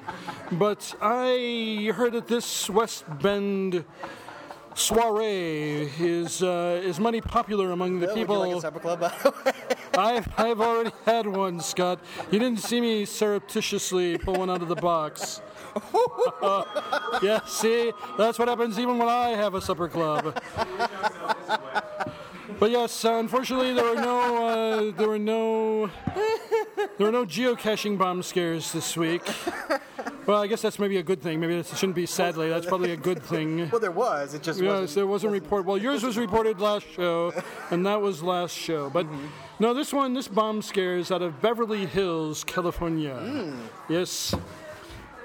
but I heard at this West Bend soiree is uh, is money popular among the Would you people. like a supper club? by the way? I've, I've already had one, Scott. You didn't see me surreptitiously pull one out of the box. Uh, yeah, see, that's what happens even when I have a supper club. But yes, uh, unfortunately, there were no uh, there were no there were no geocaching bomb scares this week. Well, I guess that's maybe a good thing. Maybe that shouldn't be sadly. That's probably a good thing. well, there was. It just Yes, wasn't. [laughs] there wasn't report. Well, yours was reported last show, and that was last show. But no, this one, this bomb scare is out of Beverly Hills, California. Yes.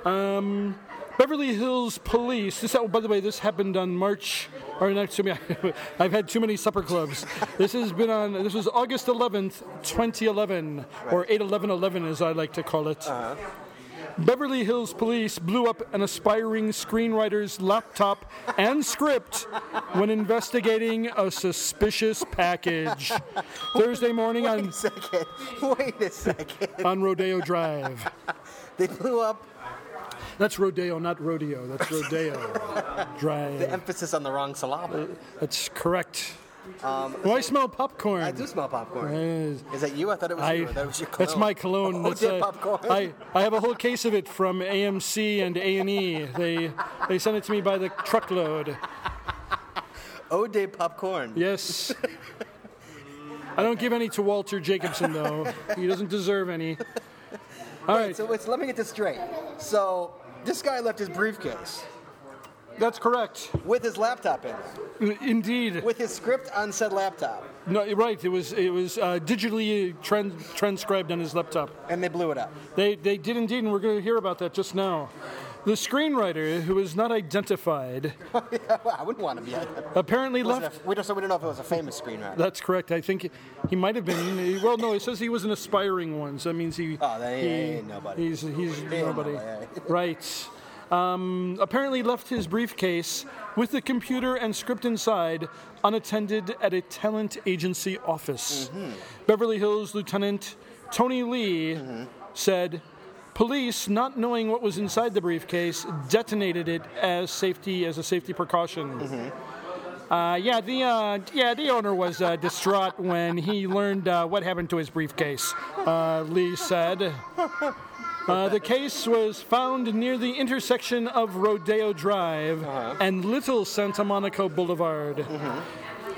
Um, Beverly Hills police. This, oh, by the way, this happened on March. Or not to me. [laughs] I've had too many supper clubs. this has been on. This was August 11th, 2011, or 8/11/11, as I like to call it. Beverly Hills police blew up an aspiring screenwriter's laptop and script when investigating a suspicious package. Thursday morning Wait a on, second. Wait a second. on Rodeo Drive. They blew up That's Rodeo, not Rodeo. That's Rodeo the Drive. emphasis on the wrong syllable. That's correct. oh, I smell popcorn. Um, I do smell popcorn. Yes. Is that you? I thought it was you. I, I thought it was your cologne. that's my cologne. Oh, that's uh, dear popcorn. I, I have a whole case of it from AMC and A and E. They they sent it to me by the truckload. Oh, de popcorn. Yes. I don't give any to Walter Jacobson though. he doesn't deserve any. All right. So it's, let me get this straight. So this guy left his briefcase That's correct. with his laptop in it, Indeed. with his script on said laptop, No, you're right. It was it was uh, digitally tran- transcribed on his laptop. and they blew it up. [laughs] They, they did indeed, and we're going to hear about that just now. The screenwriter, who is not identified, Well, I wouldn't want to be. apparently Wasn't left. a- We don't. So we don't know if it was a famous screenwriter. That's correct. I think he might have been. Well, no, it says he was an aspiring one, so that means he. Oh, that ain't- he- ain't nobody. He's, he's ain't nobody. nobody. right. Um, apparently left his briefcase with the computer and script inside, unattended at a talent agency office. Beverly Hills Lieutenant Tony Lee said. Police, not knowing what was inside the briefcase, detonated it as safety as a safety precaution. Uh, yeah, the uh, yeah the owner was uh, distraught when he learned uh, what happened to his briefcase. Uh, Lee said. Uh, the case was found near the intersection of Rodeo Drive Uh-huh. and Little Santa Monica Boulevard. Mm-hmm.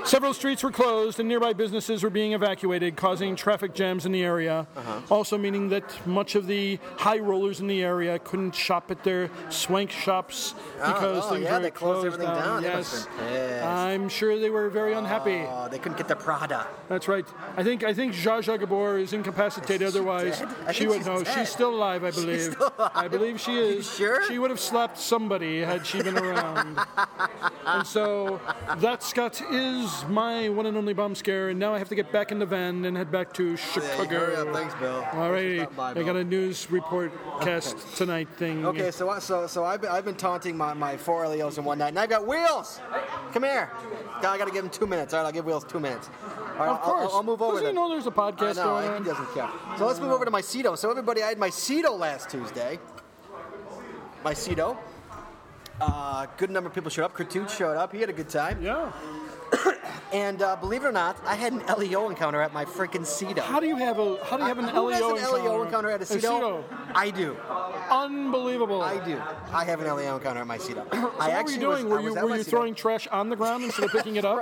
Several streets were closed and nearby businesses were being evacuated, causing traffic jams in the area. Uh-huh. Also, meaning that much of the high rollers in the area couldn't shop at their swank shops because oh, things yeah, were they closed everything down. They must've Yes. been pissed. I'm sure they were very unhappy. Oh, they couldn't get the Prada. That's right. I think I think Zsa Zsa Gabor is incapacitated. Is she otherwise, dead? I she think would she's know. dead. She's still alive, I believe. still [laughs] alive? I believe she is. sure? She would have slapped somebody had she been around. and so that Scott is was my one and only bomb scare, and now I have to get back in the van and head back to Chicago. hurry up. Thanks, Bill. Thanks for Alrighty, stopping by, I got Bill. a news report cast tonight thing. Okay, so I, so so I've been, I've been taunting my, my four Leos and whatnot, and I've got Wheels. Come here. God, I gotta give him two minutes. All right, I'll give Wheels two minutes. All right, Of I'll- I'll- course. I'll, move over. Doesn't he then. know there's a podcast I know, going I- on? He doesn't care. So let's move over to my Cedo. So everybody, I had my Cedo last Tuesday. My Cedo. Uh, good number of people showed up. Kurtuch showed up. He had a good time. Yeah. and uh, believe it or not, I had an LEO encounter at my freaking Cedo. How do you have a How do you have an E Uh, who has LEO an LEO encounter at a Cedo? I do. Unbelievable. I do. I have an LEO encounter at my So Cedo. I what were actually you doing? was- were I you was at were my you Cedo. throwing trash on the ground instead of picking [laughs] it up?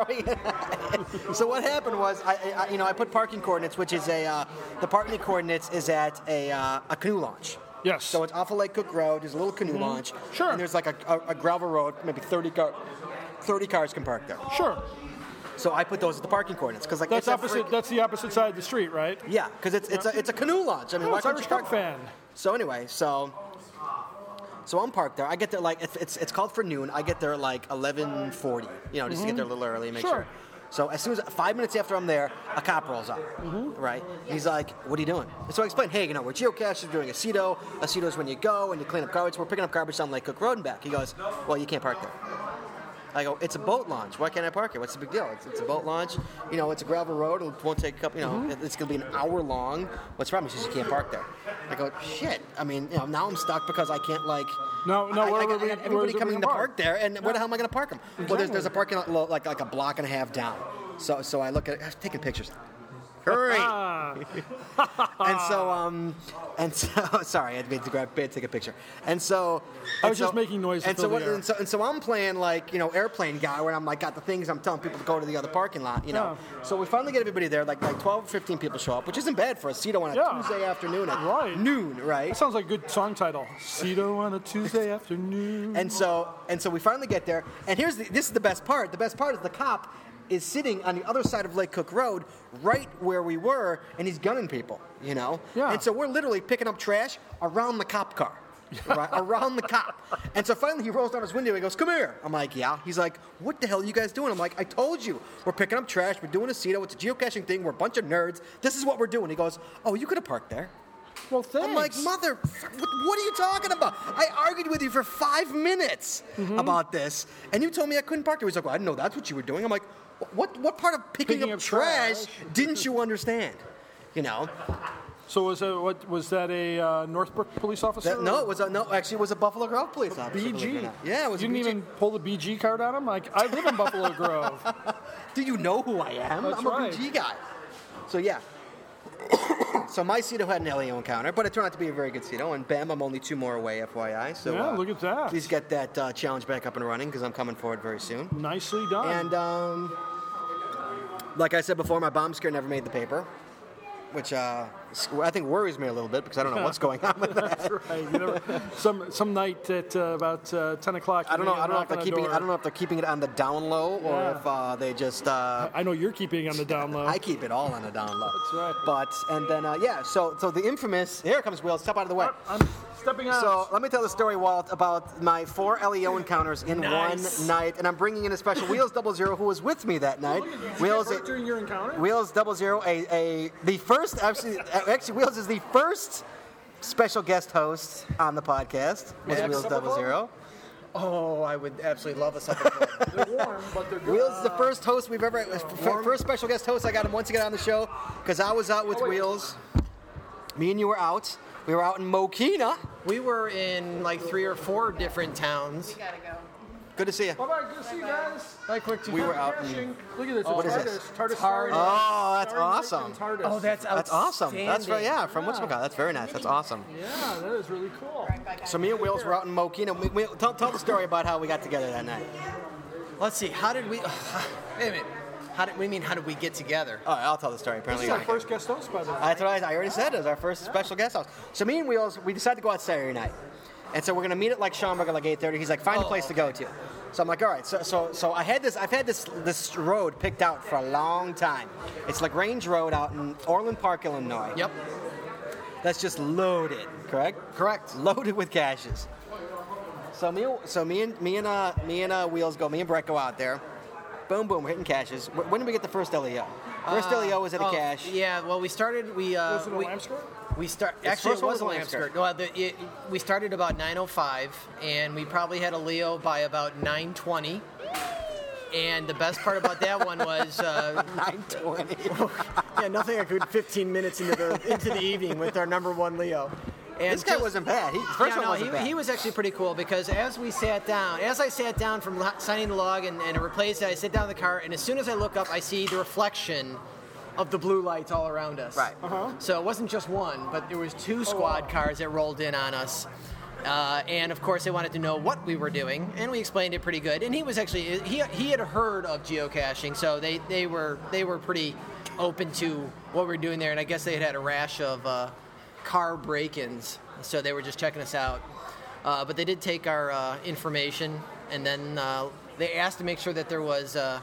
so what happened was I, I, you know, I put parking coordinates, which is a uh, the parking coordinates is at a, uh, a canoe launch. Yes. So it's off of Lake Cook Road. There's a little Mm-hmm. canoe launch. Sure. And there's like a, a, a gravel road, maybe 30 car, 30 cars can park there. Sure. So I put those at the parking coordinates because like That's it's a opposite. That's the opposite side of the street, right? yeah, because it's it's a it's a canoe launch. I mean, Oh, why it's couldn't Irish you Cup park fan. So anyway, so so I'm parked there. I get there like it's it's, it's called for noon. I get there at like 11:40. You know, just to Mhm. get there a little early and make Sure. sure. So as soon as five minutes after I'm there, a cop rolls up, right? He's like, "What are you doing?" And so I explain, "Hey, you know, we're geocachers, we're doing a CETO. A CETO is when you go and you clean up garbage. We're picking up garbage on Lake Cook Road and back." He goes, "Well, you can't park there." I go, "It's a boat launch. Why can't I park it? What's the big deal? It's, it's a boat launch. You know, it's a gravel road. It won't take a couple. You know, Mm-hmm. it- it's gonna be an hour long. What's the problem?" He says, "You can't park there." I go, "Shit. I mean, you know, now I'm stuck because I can't like." No, no. I, where I, were got, we- I got where is everybody it we coming can to park there, and where the Yeah. hell am I going to park them? Well, there's, there's a Exactly. parking lot lo- like like a block and a half down. So so I look at it, I'm taking pictures. [laughs] Hurry! and so um, and so [laughs] sorry, I had to grab bid, take a picture. And so I and was just making noise to And so fill the what, air. and so and so I'm playing like you know airplane guy, where I'm like got the things I'm telling people to go to the other parking lot, you know. Oh. So we finally get everybody there, like like 12 or 15 people show up, which isn't bad for a Cedo on a Yeah. Tuesday afternoon at Right. noon, right? That sounds like a good song title. Cedo on a [laughs] Tuesday afternoon. And so and so we finally get there. And here's the, this is the best part. The best part is the cop is sitting on the other side of Lake Cook Road, right where we were, and he's gunning people. You know. Yeah. And so we're literally picking up trash around the cop car. right, around the cop. And so finally he rolls down his window and goes, Come here. I'm like, Yeah. He's like, What the hell are you guys doing? I'm like, I told you. We're picking up trash. We're doing a CETO. It's a geocaching thing. We're a bunch of nerds. This is what we're doing. He goes, Oh, you could have parked there. Well, I'm like, thanks. mother, fuck, what, what are you talking about? I argued with you for five minutes Mm-hmm. about this, and you told me I couldn't park there. He's like, well, I didn't know that's what you were doing. I'm like, what, what part of picking, Picking up, up trash, trash. didn't you understand? You know, So was that what was that a uh, Northbrook police officer? that, no, it was a, no. Actually, it was a Buffalo Grove police officer. believe it or BG. not. Yeah, it was. You didn't a BG. even pull the BG card on him. Like I live in Buffalo [laughs] Grove. Do you know who I am? That's I'm a right. BG guy. So yeah. [coughs] so my Cedo had an LEO encounter, but it turned out to be a very good Cedo, and bam, I'm only two more away, FYI. So Yeah, uh, look at that. Please get that uh, challenge back up and running because I'm coming forward very soon. [laughs] Nicely done. And um, like I said before, my bomb scare never made the paper, which uh, s- I think worries me a little bit because I don't know what's going on with that. That's right. You never, some some night at uh, about uh, ten o'clock. I don't know. you I don't know if knock on they're a keeping. It, door. I don't know if they're keeping it on the down low or Yeah. if uh, they just. Uh, I know you're keeping it on the down low. I keep it all on the down low. That's right. But and then uh, yeah, so so the infamous. Here comes Will. Step out of the way. Stepping out. So let me tell the story, Walt, about my four LEO encounters in Nice. one night, and I'm bringing in a special Wheels Double Zero who was with me that night. Wheels, during your encounter. Wheels Double Zero, a, a the first actually actually Wheels is the first special guest host on the podcast. Was Yeah, Wheels supper Double club? Zero? Oh, I would absolutely love a [laughs] supper club. They're warm, but they're good. Wheels is the first host we've ever f- f- first special guest host I got him once again on the show because I was out with Oh, Wheels. Me and you were out. We were out in Mokina. We were in like three or four different towns. Good to see you. Bye bye. Good to see you guys. Hi, quick. We were out in- Look at this. Oh, it's what is TARDIS. this? TARDIS. Tardis. Oh, that's awesome. Oh, that's That's awesome. That's right. outstanding. Yeah, from what's That's very nice. That's awesome. Yeah, that is really cool. So me and Wheels were out in Mokina. We, we, tell, tell the story about how we got together that night. Let's see. How did we? [sighs] wait a minute. How did we mean? How did we get together? All right, I'll tell the story. Apparently, This is our first guest host, by the way. That's what I, I already said. It was our first special guest house. So me and Wheels, we decided to go out Saturday night, and so we're gonna meet at like Schaumburg at like 8:30. He's like, find Oh, a place to go to. So I'm like, all right. So so so I had this. I've had this this road picked out for a long time. It's like Range Road out in Orland Park, Illinois. Yep. That's just loaded. Correct. Correct. Loaded with caches. So me, so me and me and uh, me and uh, Wheels go. Me and Brett go out there. boom, boom, we're hitting caches. Wh- When did we get the first LEO? First Uh, LEO was at a oh, cache. Yeah, well, we started. We uh, Was it a we, lamp We start. Its Actually, first it one was a lamp skirt. No, the, it, we started about 9:05, and we probably had a Leo by about 9:20. And the best part about that one was [laughs] uh, 9:20. yeah, nothing a good 15 minutes into the into the evening with our number one Leo. And This guy wasn't bad. He- the first yeah, one no, wasn't he, bad. he was actually pretty cool because as we sat down, as I sat down from lo- signing the log and, and it replaced it, I sit down in the car, and as soon as I look up, I see the reflection of the blue lights all around us. Right. So it wasn't just one, but there was two squad cars that rolled in on us. Uh, and of course, they wanted to know what we were doing, and we explained it pretty good. And he was actually he, he had heard of geocaching, so they, they were they were pretty open to what we were doing there. And I guess they had had a rash of uh, car break-ins, so they were just checking us out. Uh, but they did take our uh, information, and then uh, they asked to make sure that there was uh,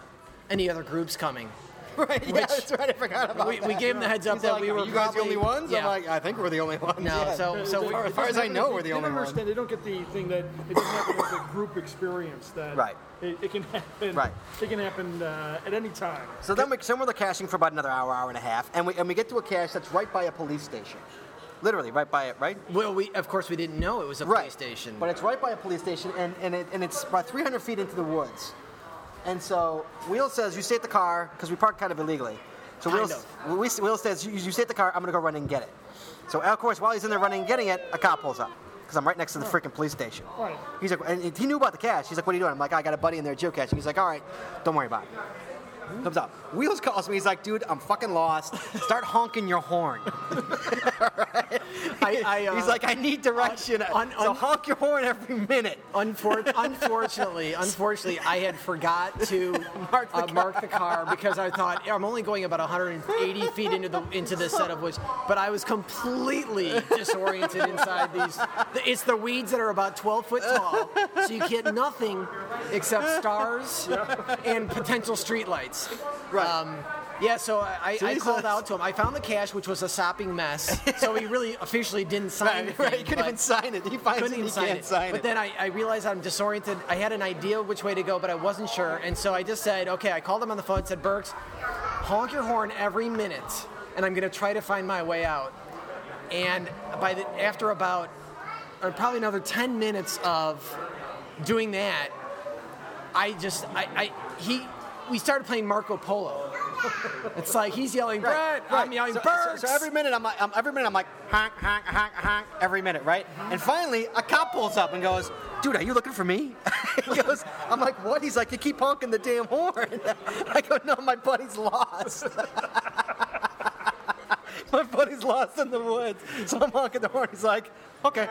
any other groups coming. [laughs] Right, yeah, Which- that's right. I forgot about we, that. we gave him the heads up He's that like, we "Are were you guys the probably- only ones. I'm Yeah. like, I think we're the only ones. No, yeah. so- as far as, far as I know, we're the only They ones. understand. They don't get the thing that it doesn't happen [laughs] as a group experience. That Right. It, it can happen. Right. It can happen uh, at any time. So then we, so we're caching for about another hour, hour and a half, and we, and we get to a cache that's right by a police station. Literally, right by it, right? Well, we of course we didn't know it was a Right. police station. But it's right by a police station, and, and, it, and it's about 300 feet into the woods. And so Wheel says, You stay at the car, because we parked kind of illegally. So Kind Wheel, we, Wheel says, you, you stay at the car, I'm going to go run and get it. So, of course, while he's in there running and getting it, a cop pulls up, because I'm right next to the freaking police station. Right. He's like, and he knew about the cash. He's like, what are you doing? I'm like, I got a buddy in there geocaching. He's like, all right, don't worry about it. Comes up. Wheels calls me. He's like, dude, I'm fucking lost. [laughs] Start honking your horn. I, I, uh, He's like, I need direction. un- so un- honk your horn every minute. Unfor- unfortunately, unfortunately, I had forgot [laughs] to mark the, uh, mark the car because I thought I'm only going about 180 feet into the into this set of woods, but I was completely disoriented inside these. the- It's the weeds that are about 12 foot tall, so you get nothing except stars and potential streetlights. Right. Um, yeah, so I, I called out to him. I found the cash, which was a sopping [laughs] mess. So he really officially didn't sign Right, the right, thing, he couldn't but- even sign it. He finds couldn't it, he even sign can't it. sign but it. then I, I realized I'm disoriented. I had an idea which way to go, but I wasn't sure. And so I just said, okay, I called him on the phone, said, Burks, honk your horn every minute, and I'm going to try to find my way out. And by the, after about uh, probably another 10 minutes of doing that, I just, I, I he, we started playing Marco Polo. It's like he's yelling, Right, Brett, right. I'm yelling, so, Burks. so- so every minute I'm like, um, every minute I'm like, honk, honk, honk, honk, every minute, right? And finally, a cop pulls up and goes, "Dude, are you looking for me?" [laughs] he goes, "I'm like, what?" He's like, "You keep honking the damn horn." [laughs] I go, "No, my buddy's lost." [laughs] my buddy's lost in the woods, so I'm honking the horn. He's like, "Okay."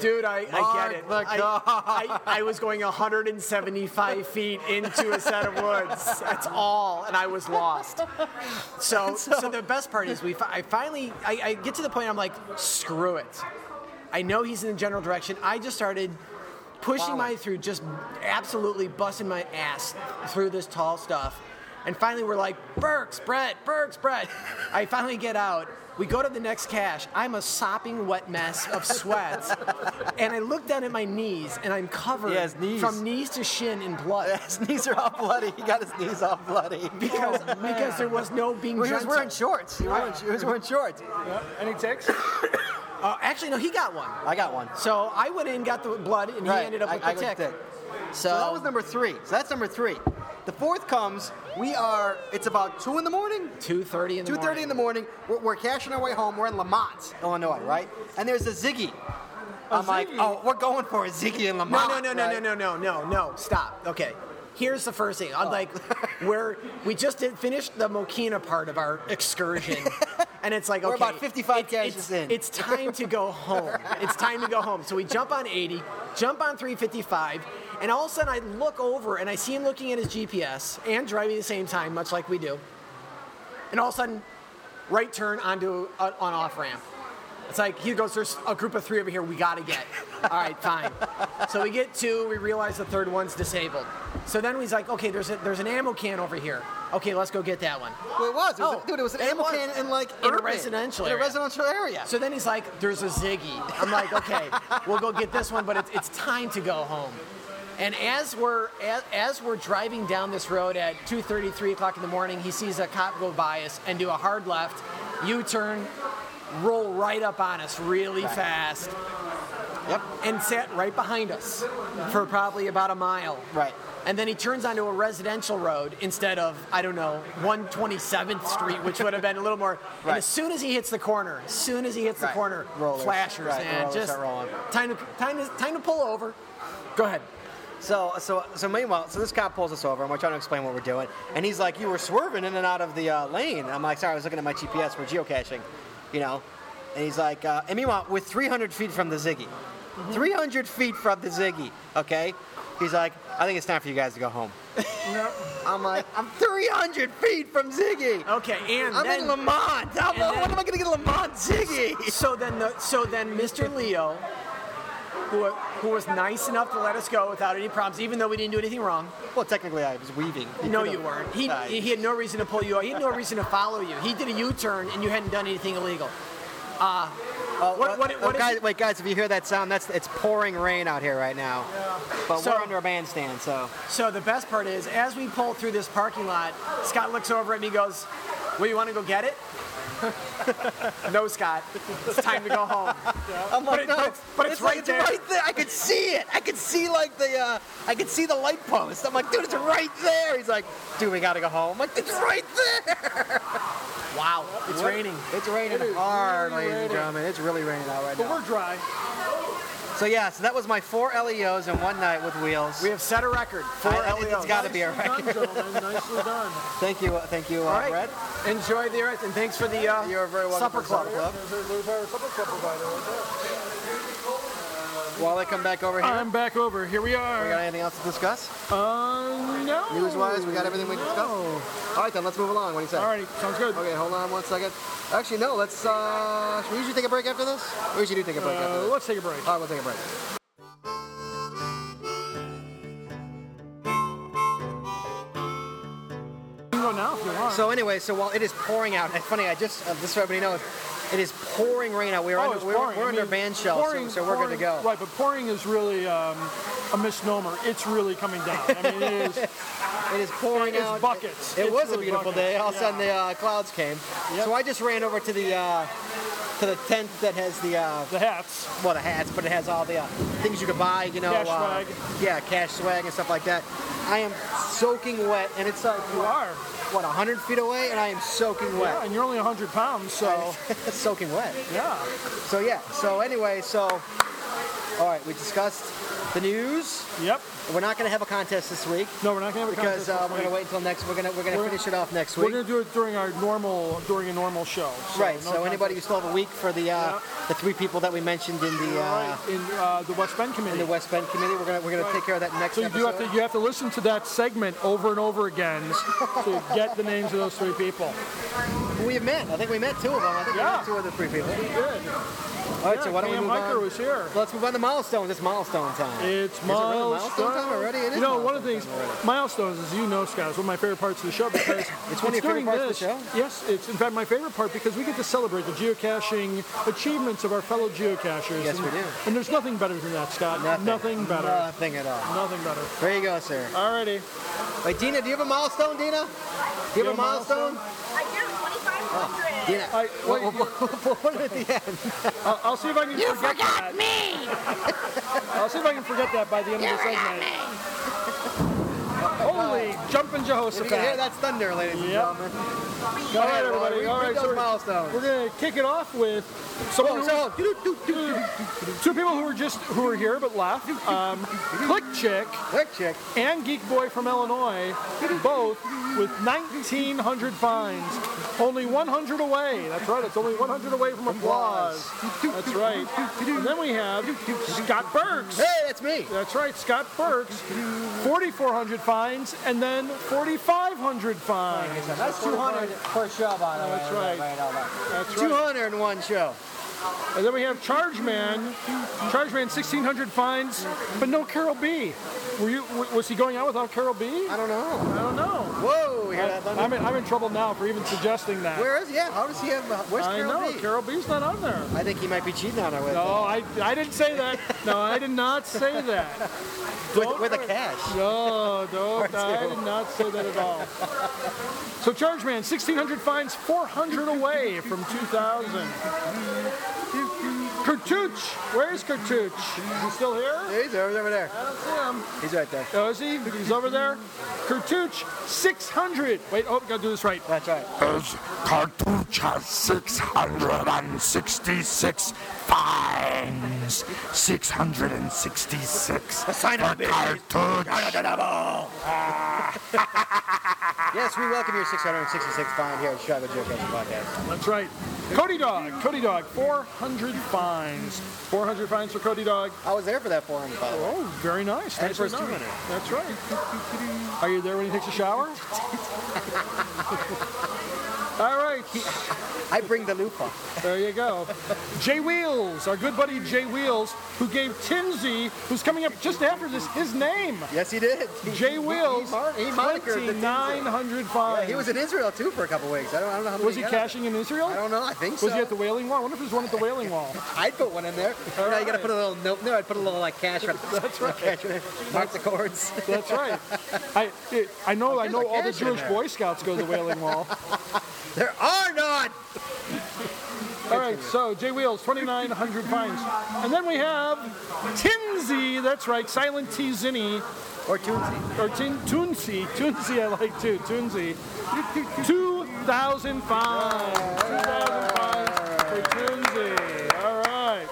Dude, I, I Mark get it. the I, I, I was going [laughs] 175 feet into a set of woods. That's all, and I was lost. So, [laughs] so, the best part is we. Fi- I finally, I, I get to the point. I'm like, screw it. I know he's in the general direction. I just started pushing my through, just absolutely busting my ass through this tall stuff. And finally, we're like, Burks, Brett, Burks, Brett. I finally get out. We go to the next cache. I'm a sopping wet mess of sweat. and I look down at my knees, and I'm covered Yeah, his knees. from knees to shin in blood. [laughs] His knees are all bloody. He got his knees all bloody [laughs] Because, because there was no being Well, he was gentle. wearing shorts. He was wearing, he was wearing shorts. Any ticks? Uh, actually, no, he got one. I got one. So I went in and got the blood, and Right, he ended up I- with I the got tick. the tick. So, that was number three. So that's number three. The fourth comes. We are. It's about two in the morning. Two thirty in the Two thirty in the morning. We're, we're cashing our way home. We're in Lamont, Illinois, right? And there's a Ziggy. I'm like, oh, we're going for a Ziggy in Lamont. No, no, no, no, right? no, no, no, no, no. Stop. Okay. Here's the first thing. I'm like, we're we just did finish the Mokina part of our excursion, [laughs] and it's like, We're okay, about 55 it's, caches in. It's time to go home. It's time to go home. So we jump on 80, jump on 355, and all of a sudden I look over and I see him looking at his GPS and driving at the same time, much like we do. And all of a sudden, right turn onto uh, on off ramp. It's like he goes, there's a group of three over here we gotta get. All right, fine. So we get two, we realize the third one's disabled. So then he's like, okay, there's a, there's an ammo can over here. Okay, let's go get that one. Well, it was. It was Oh, a, dude, it was an it ammo was. can in like In a Irving, residential in a area. residential area. So then he's like, there's a Ziggy. I'm like, okay, we'll go get this one, but it's, it's time to go home. And as we're as, as we're driving down this road at 2:30, 3 o'clock in the morning, he sees a cop go by us and do a hard left, U-turn, roll right up on us really Right. fast. Yep. And sat right behind us for probably about a mile. Right. And then he turns onto a residential road instead of, I don't know, 127th Street, which would have been a little more. And Right. as soon as he hits the corner, as soon as he hits the Right. corner, Rollers. flashers, Right, the man. rollers just start rolling. time to time to time to pull over. Go ahead. So, so, so meanwhile, so this cop pulls us over, and we're trying to explain what we're doing, and he's like, "You were swerving in and out of the uh, lane." I'm like, "Sorry, I was looking at my GPS. We're geocaching, you know." And he's like, uh, "And meanwhile, we're 300 feet from the Ziggy, 300 feet from the Ziggy." Okay, he's like, "I think it's time for you guys to go home." I'm like, "I'm 300 feet from Ziggy." Okay, and I'm then- in Lamont. I'm, and then- what am I going to get Lamont Ziggy? So then, the, so then, Mr. Leo, who, who was nice enough to let us go without any problems, even though we didn't do anything wrong. Well, technically, I was weaving. no, could've- you weren't. He, Right. he had no reason to pull you. out. He had no reason to follow you. He did a U-turn, and you hadn't done anything illegal. Uh, what, what, Oh, what is guys, it- wait, guys! If you hear that sound, that's it's pouring rain out here right now. But So- we're under a bandstand, so So the best part is, as we pull through this parking lot, Scott looks over at me and goes, Well, you want to go get it? [laughs] no, Scott. It's time to go home. [laughs] I'm but like, it- no, but it's, but it's, like, right, there. right there. I could see it. I could see like the, uh, I could see the light post. I'm like, dude, it's right there. He's like, dude, we gotta go home. I'm like, it's right there. Wow, it's What? raining. It's raining It is hard, really ladies and raining. gentlemen. It's really raining out right now. we're [laughs] dry. So yeah, so that was my four LEOs in one night with wheels. We have set a record. Four I, I think E LEOs. It's got to be a record. Nicely done. [laughs] thank you, uh, thank you, uh, All right. Brett. Enjoy the rest, and thanks for the uh, You're very welcome supper for club. supper club. There's our supper club provider right there. While I come back over here. I'm back over. Here we are. We got anything else to discuss? Uh, no. News-wise, we got everything we discussed. All right, then let's move along. What do you say? All right, sounds good. Okay, hold on one second. Actually, no. Let's. Uh, should we usually take a break after this? We usually do take a break after Uh, this. let's take a break. All right, we'll take a break. You can go now if you want. So anyway, so while it is pouring out, and funny, I just uh, just so everybody knows, it is pouring rain out. We're Oh, it's under, we're, pouring. we're I under mean, band shell, so- pouring- so, we're good to pouring- go. Right, but pouring is really um, a misnomer. It's really coming down. I mean, it is. it is [laughs] pouring it's out. buckets. It It's was a really beautiful buckets. day. All of a Yeah. sudden, the uh, clouds came. So I just ran over to the uh, to the tent that has the uh, the hats. Well, the hats, but it has all the uh, things you could buy. You know, Cash uh, swag. Yeah, cash swag and stuff like that. I am soaking wet, and it's like you are what 100 feet away, and I am soaking wet. Yeah, and you're only 100 pounds, so [laughs] soaking wet. Yeah. So yeah. So anyway, so all right, we discussed the news. Yep. We're not going to have a contest this week. No, we're not going to have a because contest uh, this we're going to week. wait until next. We're going to we're going to We're- finish it off next We're week. going to do it during our normal during a normal show. So right. no so anybody who contest. still have a week for the uh, Yeah. the three people that we mentioned in the uh, Right, in uh, the West Bend committee. in the West Bend committee, we're going to we're going to take care of that next. So you do have to episode. you have to listen to that segment over and over [laughs] again to get the names of those three people. We have met. I think we met two of them. I think Yeah. we met two of the three people. We did. All right, Yeah, so why don't Cam we move Hiker on? was here. Let's move on to milestones. It's milestone time. It's Is it really milestone milestone time already? It is. you know, one milestone of the things, time already. milestones, as you know, Scott, is one of my favorite parts of the show because [coughs] It's one of your favorite during parts of this, the show? Yes, it's in fact my favorite part because we get to celebrate the geocaching achievements of our fellow geocachers. Yes, and, we do. And there's nothing better than that, Scott. Nothing, better. Nothing at all. Nothing better. There you go, sir. Alrighty. Wait, Dina, do you have a milestone, Dina? Do you have a milestone? I do, 2500. Dina, I, we'll, we'll, we'll put it at the end. [laughs] I'll, I'll see if I can You forget forgot that. I'll see if I can forget that by the end You of the forgot segment. Holy jumping If you Jehoshaphat. can hear that's thunder, ladies and Yep. gentlemen. All right, Lloyd, everybody. read All right, those so we're- milestones. We're gonna kick it off with someone. Whoa, who, two people who were just who were here but left. Um, Click Chick. Click Chick. And Geek Boy from Illinois, both with 1,900 finds, only 100 away. That's right. It's only 100 away from applause. That's right. And then we have Scott Burks. Hey, that's me. That's right, Scott Burks. 4,400 finds, and then 4,500 finds. That's 200 per show, by the way. That's right. That's right. 201 show. And then we have Charge Man. Charge Man, 1600 finds, but no Carol B. Were you? w- Was he going out without Carol B? I don't know. I don't know. Whoa. we hear that. I'm in, I'm in trouble now for even suggesting that. Where is? Yeah. How does he have? uh, Where's I Carol know B? Carol B's not on there. I think he might be cheating on her with. No, I, I didn't say that. No, I did not say that. with, with a cash. No, [laughs] don't. two. I did not say that at all. So, Charge Man, 1600 finds 400 away from 2000. Kurtuch, where's Kurtuch? He's still here? He's over over there. I don't see him. He's right there. Oh, is he? He's over there. Kurtuch, 600. Wait, oh, gotta do this right. That's right. is Cartucha 666 fines. 666 for Cartuch. yes, we welcome your 666 fine here at Chicago Joe Casey Podcast. That's right. Cody Dog, Cody Dog, 400 fines. 400 fines for Cody Dog. I was there for that 400 by the way. Oh, very nice. And Nice first done. two-minute. That's right. Are you there when he takes a shower? [laughs] All right. I bring the loofah. There you go. Jay Wheels, our good buddy Jay Wheels, who gave Tinsey, who's coming up just after this, his name. Yes, he did. Jay Wheels, He mon- he monikered the teaser. 2,900 fines. Yeah, he was in Israel too for a couple weeks. I don't, I don't know how many Was he got out. cashing in Israel? I don't know. I think so. Was he at the Wailing Wall? I wonder if there's one at the Wailing Wall. I'd put one in there. You know, you gotta right. put a little note in there. I'd put a little like [laughs] cash. That's right. Cash in there. Mark the chords. That's [laughs] right. I it, I know I know there's a all the cash in Jewish there. Boy Scouts go to the Wailing Wall. there are none. All right, so Jay Wheels, 2,900 fines. And then we have Tinsy, that's right, Silent T Zinni. Or Toonsy. Or tin, Toonsy. Toonsy I like too, Toonsy. 2,000 fines. 2,000 fines for Toonsy. All right.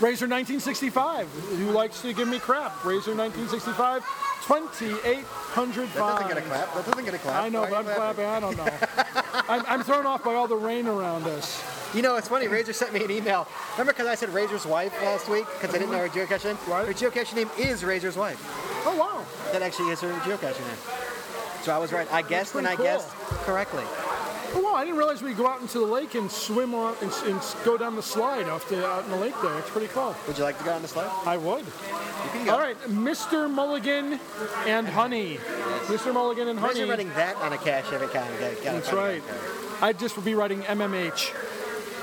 Razor 1965, who likes to give me crap? Razor 1965, 2,800 That doesn't fines. get a clap. That doesn't get a clap. I know, Why but are I'm you clapping. laughing? I don't know. I'm, I'm thrown off by all the rain around us. You know, it's funny. Razor sent me an email. Remember, because I said Razor's wife last week because I didn't know her geocache name. Her geocache name is Razor's wife. Oh wow! That actually is her geocache name. So I was right. I guessed and I pretty cool. guessed correctly. Oh, wow, I didn't realize we could go out into the lake and swim on and, s- and s- go down the slide off the, out in the lake there. It's pretty cool. Would you like to go on the slide? I would. All right, Mr. Mulligan and Honey. Mr. Mulligan and Honey. Imagine running that on a cache every kind of guy. That's right. I'd just would be writing MMH.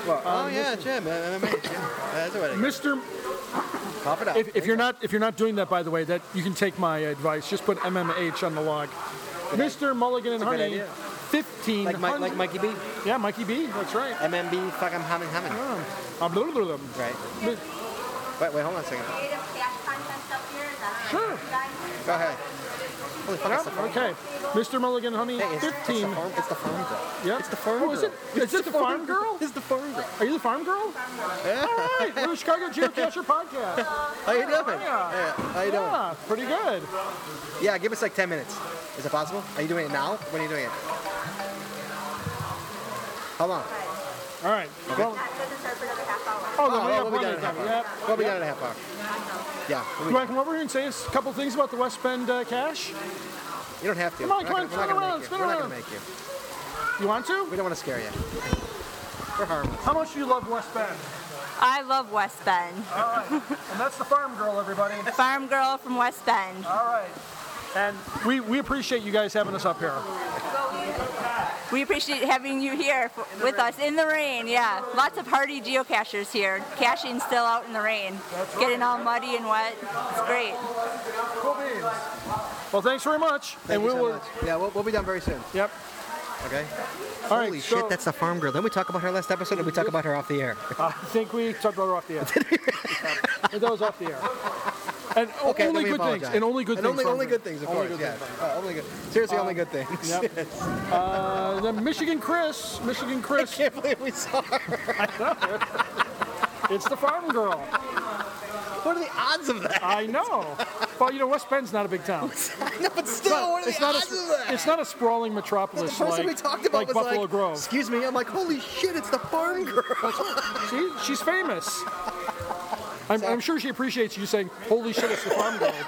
oh um, yeah, Jim. I- I mean, yeah, That's what I Mr. Pop it up. If, if you're not if you're not doing that, by the way, that you can take my advice. Just put MMH on the log. Mr. Mulligan and That's a good Honey, idea. fifteen. Like Mike- like Mikey B. Yeah, Mikey B. That's right. MMB fucking humming humming. Uh, blah, blah, blah, blah. Right. But- Wait, wait, hold on a second. Creative cash contest up here. Is that all Sure. right? Guys? Go ahead. Holy fuck, it's the Yep, farm. okay. Mr. Mulligan, honey, Hey, it's, it's the 15. farm. It's the farm girl. Yep. It's the farm oh, is it? girl. Is it the farm girl? It's the farm girl. Are you the farm girl? Yeah. All right, we're the Chicago Geocacher podcast. [laughs] How Oh, you doing? Yeah. Yeah, How you doing? Yeah, pretty good. Yeah, give us like 10 minutes. Is it possible? Are you doing it now? When are you doing it? How long? All right. Well, That doesn't start for another half hour. oh, the way well, up we'll be one done in is a half done. hour. Yep. We'll be yep. done in a half hour. Yeah. we'll Do you be want done. to come over here and say a couple things about the West Bend uh, cache? You don't have to. Come on, We're come not on, gonna- we're not spin gonna around, make you. spin We're around. not gonna make you. You want to? We don't want to scare you. We're harmless. How much do you love West Bend? I love West Bend. All right. and that's the farm girl, everybody. Farm girl from West Bend. All right. [laughs] And we, we appreciate you guys having us up here. We appreciate having you here for, with us in the rain. Yeah, lots of hardy geocachers here. Caching still out in the rain, getting all muddy and wet. It's great. Cool beans. Well, thanks very much. Thank and you we so will. much. Yeah, we'll, we'll be done very soon. Yep. Okay. All right, Holy so- shit, that's the farm girl. Then we talk about her last episode, and we talk about her off the air. I think we talked about her off the [laughs] air. Yeah, that was off the air. And o- Okay, then only we good apologize. things. And only good And things. only, from only her. good things, of Only course. good Yeah. things. Uh, Uh, only good. Seriously, only good things. yep. Yes. [laughs] Uh, the Michigan Chris, Michigan Chris. I can't believe we saw her. It's the farm girl. What are the odds of that? I know. Well, you know, West Bend's not a big town. no, [laughs] but still, what are It's the not, odds a, of that? it's not a sprawling the metropolis like, person we talked about like was Buffalo like, Grove. excuse me. I'm like, holy shit, it's the farm girl. She, she's famous. I'm, I'm sure she appreciates you saying, holy shit, it's the farm girl, [laughs]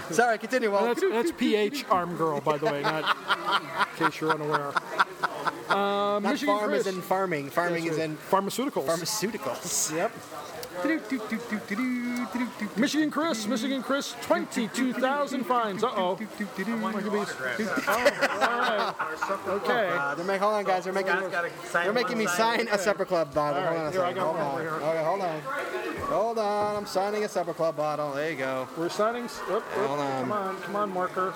too. [laughs] Sorry, continue. Well, That's, that's PH arm girl, by the way, not in case you're unaware. Uh, not Michigan [laughs] farm Chris. is in farming. Farming is in pharmaceuticals. pharmaceuticals. Yep. Michigan Chris, Michigan Chris, 22,000 fines. Uh oh. Okay. [laughs] they're making. Hold on, guys. They're making. They're making me sign a supper club bottle. Hold on a second. Hold on. Okay, hold on. Hold on. I'm signing a supper club bottle. There you go. We're signing. Hold on. Come on, come on, marker.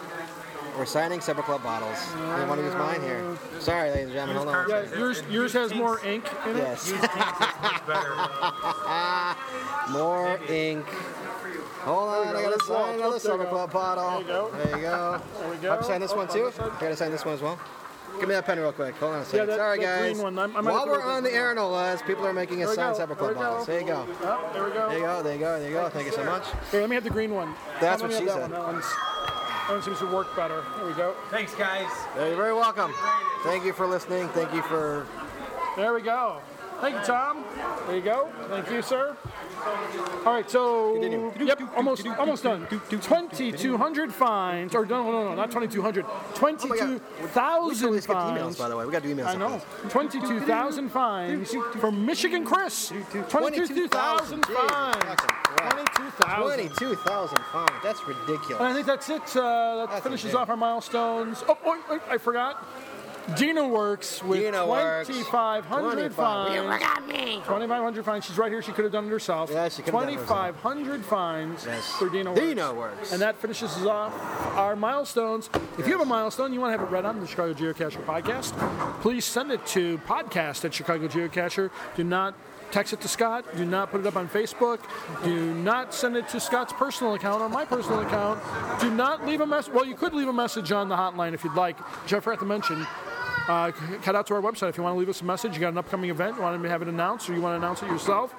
We're signing supper club bottles. I didn't want to use mine here. Sorry, ladies and gentlemen. Hold on. Yeah, yours, yours has more ink in it. Yes. More ink. Hold on, I There you go. gotta sign another There you Silver go. Club bottle. There you go. There you go. There we go. Have to sign this Up one on too? this I side. gotta sign this one as well. Give me that pen real quick. Hold on a second. that- Sorry, that guys. green one. I'm- I'm While gonna we're put it on the air aeronaulas, people are making There we us sign go. Supper There we Club bottles. go. There you go. Oh, there we go. There you go. There you go. There you go. Thank you so much. Here, let me have the green one. That's Let me have what she that said. one. That, one's, that one seems to work better. There we go. Thanks, guys. You're very welcome. Thank you for listening. Thank you for. There we go. Thank you, Tom. There you go. Thank you, sir. All right, so yep, almost almost done. Twenty-two hundred fines, or no, no, no, not twenty-two hundred. Twenty-two thousand skipped emails, fines. by the way. We gotta do emails I know. Twenty-two thousand fines for Michigan Chris. Twenty-two thousand fines. Twenty-two thousand. 22,000 pounds. That's ridiculous. And I think that's it. Uh, that finishes insane. off our milestones. Oh, oh, oh, I forgot. Dina Works with Dina Works. 2,500 25. fines. You forgot me. 2,500 fines. She's right here. She could have done it herself. Yeah, she could have done it herself. 2,500 fines for Dina Works. Dina Works. And that finishes us off our milestones. If you have a milestone you want to have it read on the Chicago Geocacher podcast, please send it to podcast at Chicago Geocacher. Do not text it to Scott. Do not put it up on Facebook. Do not send it to Scott's personal account or my personal account. Do not leave a message. Well, you could leave a message on the hotline if you'd like. Jeff forgot to mention. Uh, c- head out to our website if you want to leave us a message. You got an upcoming event, you want to have it announced, or you want to announce it yourself.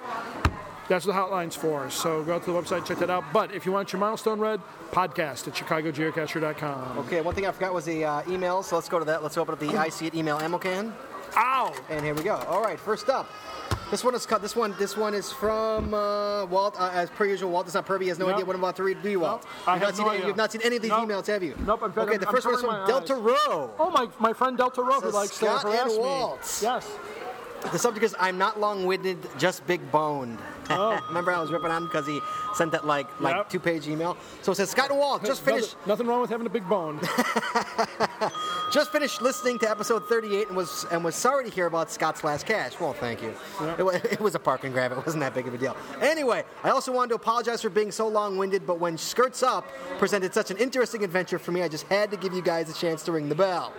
That's what the hotline's for. So go out to the website, check that out. But if you want your milestone read, podcast at chicagogeocacher.com. Okay, one thing I forgot was the uh, email, so let's go to that. Let's open up the I see it email ammo can. Ow! And here we go. All right, first up, this one is cut. This one, this one is from uh, Walt. Uh, as per usual, Walt is not pervy. He has no No. idea what I'm about to read. Do you, Walt? I You've not have seen no any, idea. You've not seen any of these Nope. emails, have you? Nope, in fact, Okay, I'm- the I'm 1st one is covering from my Delta Row. Oh, my, my friend Delta Row who Says likes Scott to harass and me. Walt. Yes. The subject is I'm not long-windted, just big-boned. [laughs] Remember, I was ripping on him because he sent that like like Oh. Yep. two-page email. So it says Scott and Walt just Nothing- finished nothing wrong with having a big [laughs] bone. Just finished listening to episode 38 and was and was sorry to hear about Scott's last cash. Well, thank you. It, wa- [laughs] it was a parking grab. It wasn't that big of a deal. Anyway, I also wanted to apologize for being so long-winded, but when Skirts Up presented such an interesting adventure for me, I just had to give you guys a chance to ring the bell.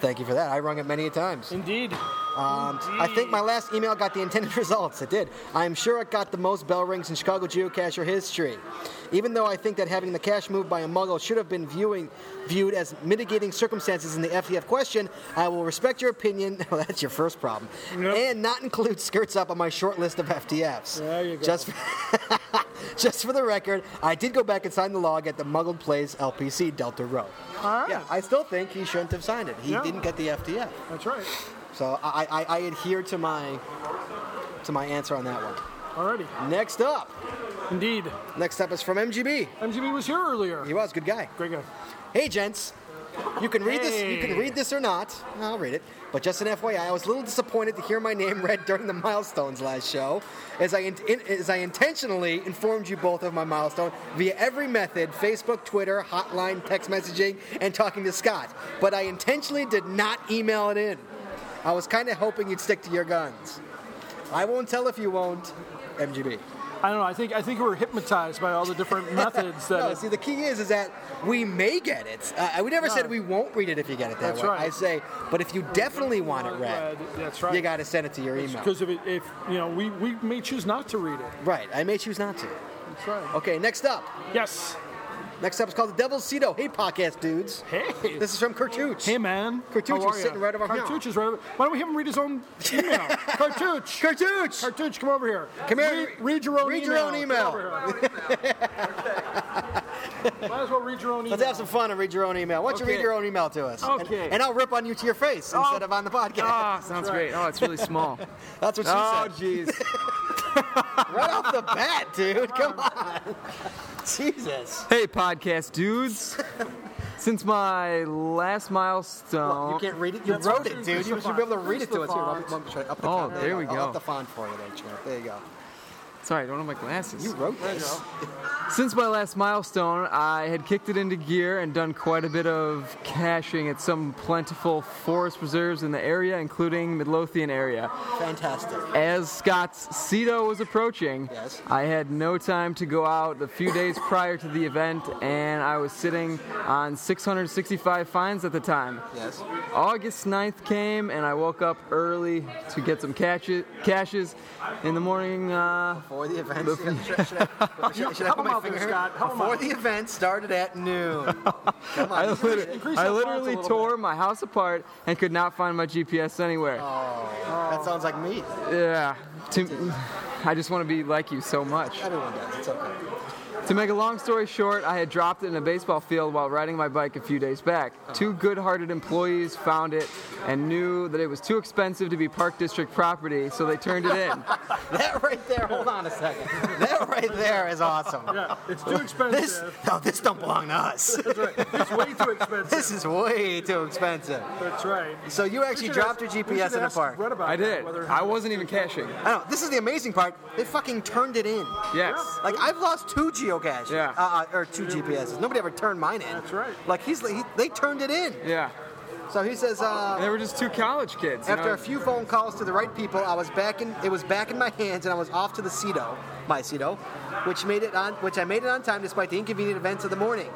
Thank you for that. I rung it many times. Indeed. Um, I think my last email got the intended [laughs] results. It did. I'm sure it got the most bell rings in Chicago geocacher history. Even though I think that having the cache moved by a muggle should have been viewing, viewed as mitigating circumstances in the FDF question, I will respect your opinion. [laughs] Well, that's your first problem. And not include skirts up on my short list of FDFs. There you go. Just for, [laughs] just for the record, I did go back and sign the log at the Muggled Plays LPC Delta Row. Yeah, I still think he shouldn't have signed it. He Oh. Yeah. didn't get the FDF. That's right. So I, I, I adhere to my to my answer on that one. Alrighty. Next up. Indeed. Next up is from MGB. MGB was here earlier. He was good guy. Great guy. Hey gents. You can read this. You can Hey. read this or not. I'll read it. But just an FYI, I was a little disappointed to hear my name read during the milestones last show, as I in, in- as I intentionally informed you both of my milestone via every method: Facebook, Twitter, hotline, text messaging, and talking to Scott. But I intentionally did not email it in. I was kind of hoping you'd stick to your guns. I won't tell if you won't. MGB. I don't know. I think I think we were hypnotized by all the [laughs] different methods that No, see, the key is is that we may get it. Uh, we never said No. we won't read it if you get it that That's way. right. I say, but if you definitely want it read, That's right. you got to send it to your email. because if, it, if you know we, we may choose not to read it. Right. I may choose not to. That's right. Okay, next up. Yes. Next up is called the Devil's Cedo. Hey, podcast dudes. Hey. This is from Cartooch. Hey, man. Cartooch How is are ya? sitting right over here. Cartouche is right over. Why don't we have him read his own email? [laughs] Cartouche. Cartouche. Cartouche, come over here. Come here. Read, read your own Read your email. own email. Come over [laughs] here. Might as well read your own email. Let's have some fun and read your own email. Why don't you Okay. read your own email to us? And- Okay. And, I'll rip on you to your face instead of on the podcast. Ah, sounds great. Oh, it's really small. [laughs] That's what she oh, said. jeez. right off the bat, [laughs] dude. Come on. [laughs] Jesus. Hey, podcast dudes. Since my last milestone, Well, you can't read it. You wrote it, dude. You should be able to read it to us. Here, I'll, I'll try to up the Oh, font. there we I'll go. up the font for you, then, Chip. There you go. Sorry, I don't have my glasses. You wrote this. Since my last milestone, I had kicked it into gear and done quite a bit of caching at some plentiful forest reserves in the area, including Midlothian area. Fantastic. As Scott's Cedo was approaching, Yes. I had no time to go out the few days prior to the event, and I was sitting on 665 fines at the time. Yes. August 9th came, and I woke up early to get some caches. caches. In the morning, uh, before the event, [laughs] should I, should I, should I, should I put my finger here? Before the event started at noon. Come on, I [laughs] increase literally, it. Increase I that literally font a little tore my house apart and could not find my GPS anywhere. Oh. That sounds like me. Yeah. To, I just want to be like you so much. Everyone does. It's okay. To make a long story short, I had dropped it in a baseball field while riding my bike a few days back. Uh-huh. Two good hearted employees found it and knew that it was too expensive to be Park District property, so they turned it [laughs] in. that right there. Hold on a second. That right there is awesome. Yeah, it's too expensive. This, no, this don't belong to us. That's right. It's way too expensive. This is way too expensive. That's [laughs] right. So you actually should dropped ask- your we should GPS in the ask park. Brett about I did. I wasn't even caching. I know. This is the amazing part. They fucking turned it in. Yes. Like I've lost two geocaches. Yeah. Uh, uh, or two GPSs. Nobody ever turned mine in. That's right. Like he's he, they turned it in. Yeah. So he says. Uh, They were just two college kids. you After know? a few phone calls to the right people, I was back in. It was back in my hands, and I was off to the Cedo, my Cedo, which made it on. Which I made it on time despite the inconvenient events of the morning.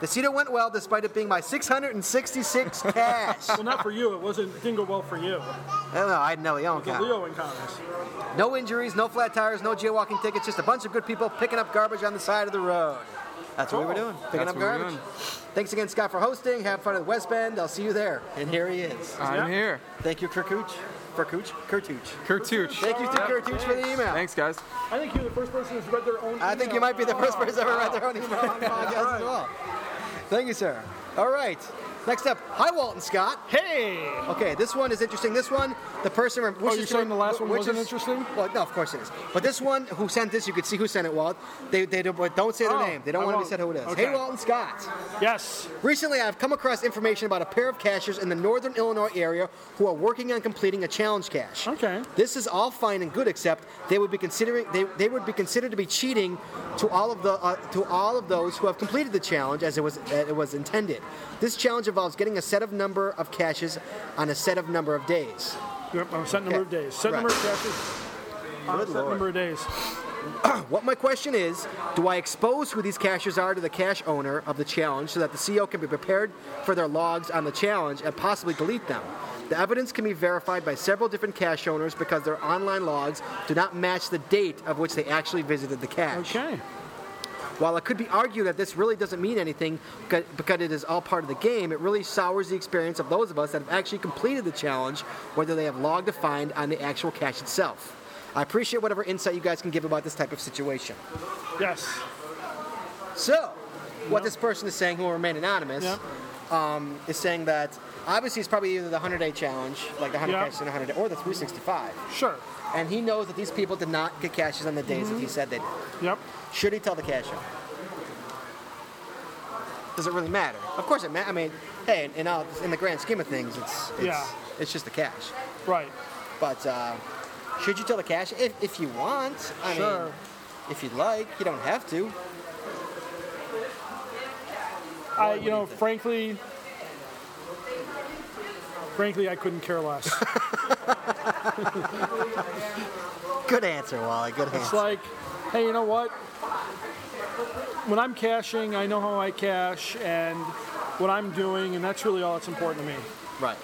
The Cedo went well despite it being [laughs] my 666 cash. well, not for you. It wasn't didn't go well for you. I don't know. I had no The Leo account. Leo encounters. No injuries, no flat tires, no jaywalking tickets. Just a bunch of good people picking up garbage on the side of the road. That's what we were doing. Picking That's up what we're garbage. doing. Thanks again, Scott, for hosting. Have fun at West Bend. I'll see you there. And here he is. I'm here. Thank you, Kirkuch. Kirkuch? Kurtuch. Kurtuch. Thank you to Yep. Kurtuch for the email. Thanks, guys. I think you're the first person who's read their own. I think you email. might be the first Uh, person ever read their own email on the All podcast as right. well. Thank you, sir. All right. Next up, hi Walton Scott. Hey. Okay, this one is interesting. This one, the person. Which oh, you're saying the last one which wasn't is- interesting? Well, no, of course it is. But this one, who sent this? You could see who sent it. Walt. They, they don't, but don't say their Oh, name. They don't I want to be won't. said who it is. Okay. Hey, Walton Scott. Yes. Recently, I've come across information about a pair of cashers in the northern Illinois area who are working on completing a challenge cache. Oh, Okay. This is all fine and good, except they would be considering they, they would be considered to be cheating to all of the uh, to all of those who have completed the challenge as it was as it was intended. This challenge involves getting a set of number of caches on a set of number of days. Yep, uh, set number of days. Set number of caches. on Good set Lord. number of days. what my question is do I expose who these cashers are to the cash owner of the challenge so that the CO can be prepared for their logs on the challenge and possibly delete them? The evidence can be verified by several different cache owners because their online logs do not match the date of which they actually visited the cache. Okay. While it could be argued that this really doesn't mean anything beca- because it is all part of the game, it really sours the experience of those of us that have actually completed the challenge, whether they have logged a find on the actual cache itself. I appreciate whatever insight you guys can give about this type of situation. Yes. So, what this person is saying, who will remain anonymous, Yeah. um, is saying that obviously it's probably either the 100 day challenge, like the 100 Yeah. caches in 100 day, or the 365. Sure. And he knows that these people did not get caches on the days that he said they did. Yep. Should he tell the cash owner? Does it really matter? Of course it matters. I mean, hey, in, in, all, in the grand scheme of things, it's it's, Yeah. it's just the cash. Right. But uh, should you tell the cash if, if you want? I Sure. mean, if you'd like, you don't have to. I, you know, frankly, frankly, I couldn't care less. [laughs] Good answer, Wally. Good It's answer. like, hey, you know what? When I'm caching, I know how I cache and what I'm doing, and that's really all that's important to me. Right.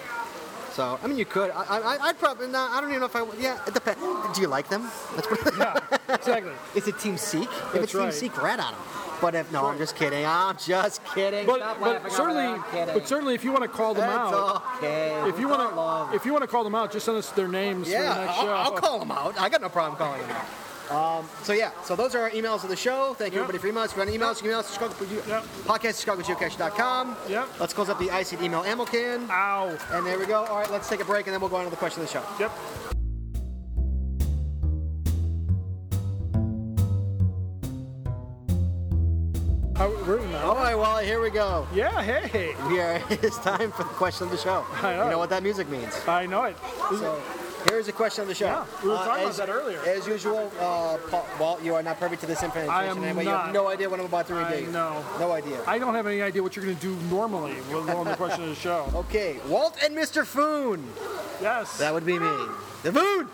So I mean, you could. I, I, I'd probably. No, I don't even know if I. would- Yeah, it depends. Do you like them? That's what. [laughs] Yeah, exactly. Is it Team Seek? if That's it's Team right. Seek, rat on them. But if no, I'm just kidding. I'm just [laughs] kidding. But, but Stop laughing over there. certainly, I'm kidding. but certainly, if you want to call them That's out, okay. if you We're want to, if you want to call them out, just send us their names. for the Yeah, next I'll, show. I'll call them out. I got no problem calling them out. Um, so yeah, so those are our emails of the show. Thank you everybody for emails. If you want any emails, you can email us at Chicago, yep. podcast chicagogeocache.com. Yep. Let's close up the IC email ammo can. Ow. And there we go. All right, let's take a break and then we'll go on to the question of the show. Yep. How, we're in All right, Wally, here we go. Yeah, hey. [laughs] We are, it's time for the question of the show. I know. You know what that music means. I know it. So, Here is a question on the show. Uh, Yeah, we were talking about as, that earlier. As usual, uh, Paul, Walt, you are not privy to this information. I am anyway. You not. have no idea what I'm about to I reveal. know. No idea. I don't have any idea what you're going to do normally with- on the question of the show. Okay, Walt and Mr. Foon. Yes. That would be me. The Foon.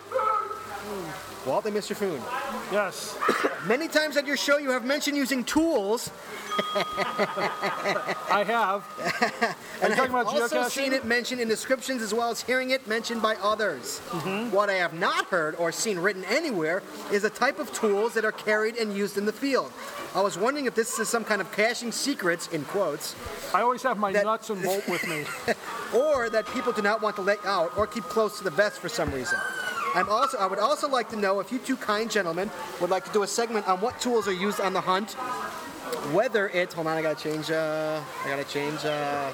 Walt and Mr. Foon. Yes. Many times on your show, you have mentioned using tools. I have. and talking about I've also geocaching? seen it mentioned in descriptions as well as hearing it mentioned by others. What I have not heard or seen written anywhere is the type of tools that are carried and used in the field. I was wondering if this is some kind of caching secrets in quotes. I always have my nuts and bolt with me. or that people do not want to let out or keep close to the vest for some reason. I'm also I would also like to know if you two kind gentlemen would like to do a segment on what tools are used on the hunt. Whether it's hold on, I gotta change uh I gotta change uh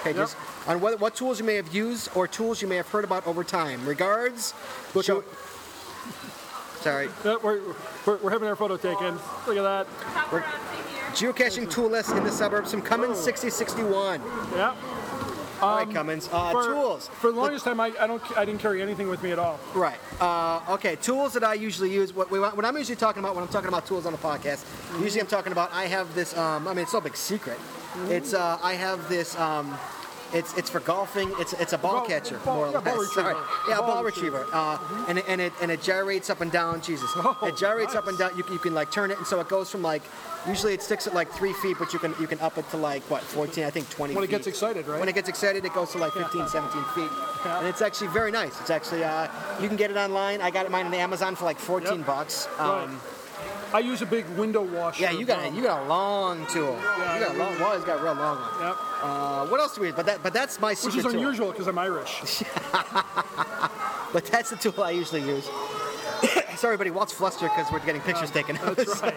pages. On what, what tools you may have used or tools you may have heard about over time. Regards. Show- Sorry. Uh, We're, we're, we're having our photo taken. Look at that. We're- geocaching tool list in the suburbs from Cummins 6061. Yep. Um, All right, Cummins. Uh, for, tools. For the longest time, I, I don't I didn't carry anything with me at all. Right. Uh, okay. Tools that I usually use. What, we, what I'm usually talking about when I'm talking about tools on a podcast. Usually, I'm talking about. I have this. Um, I mean, it's no big secret. It's. Uh, I have this. Um, it's, it's for golfing. It's it's a ball Ball- catcher, ball- more or yeah, less. ball Sorry. retriever. Oh, Yeah, a Ball ball retriever. Uh, and, it, and it and it gyrates up and down. Jesus, it gyrates up and down. You, can- you can like turn it, and so it goes from like. Usually, it sticks at like three feet, but you can you can up it to like what 14, I think 20. When it feet. gets excited, right? When it gets excited, it goes to like 15, 17 feet. And it's actually very nice. It's actually, uh, you can get it online. I got it mine on Amazon for like 14 Yep. bucks. Right. Um, I use a big window washer. Um, Yeah, you got, a, you got a long tool. Yeah, you got a long, well, it's got a real long one. Yep. Uh, what else do we use? But, that, but that's my Which secret is tool. unusual because I'm [laughs] Irish. But that's the tool I usually use. [coughs] Sorry, buddy, Walt's flustered because we're getting pictures taken. Um, That's right.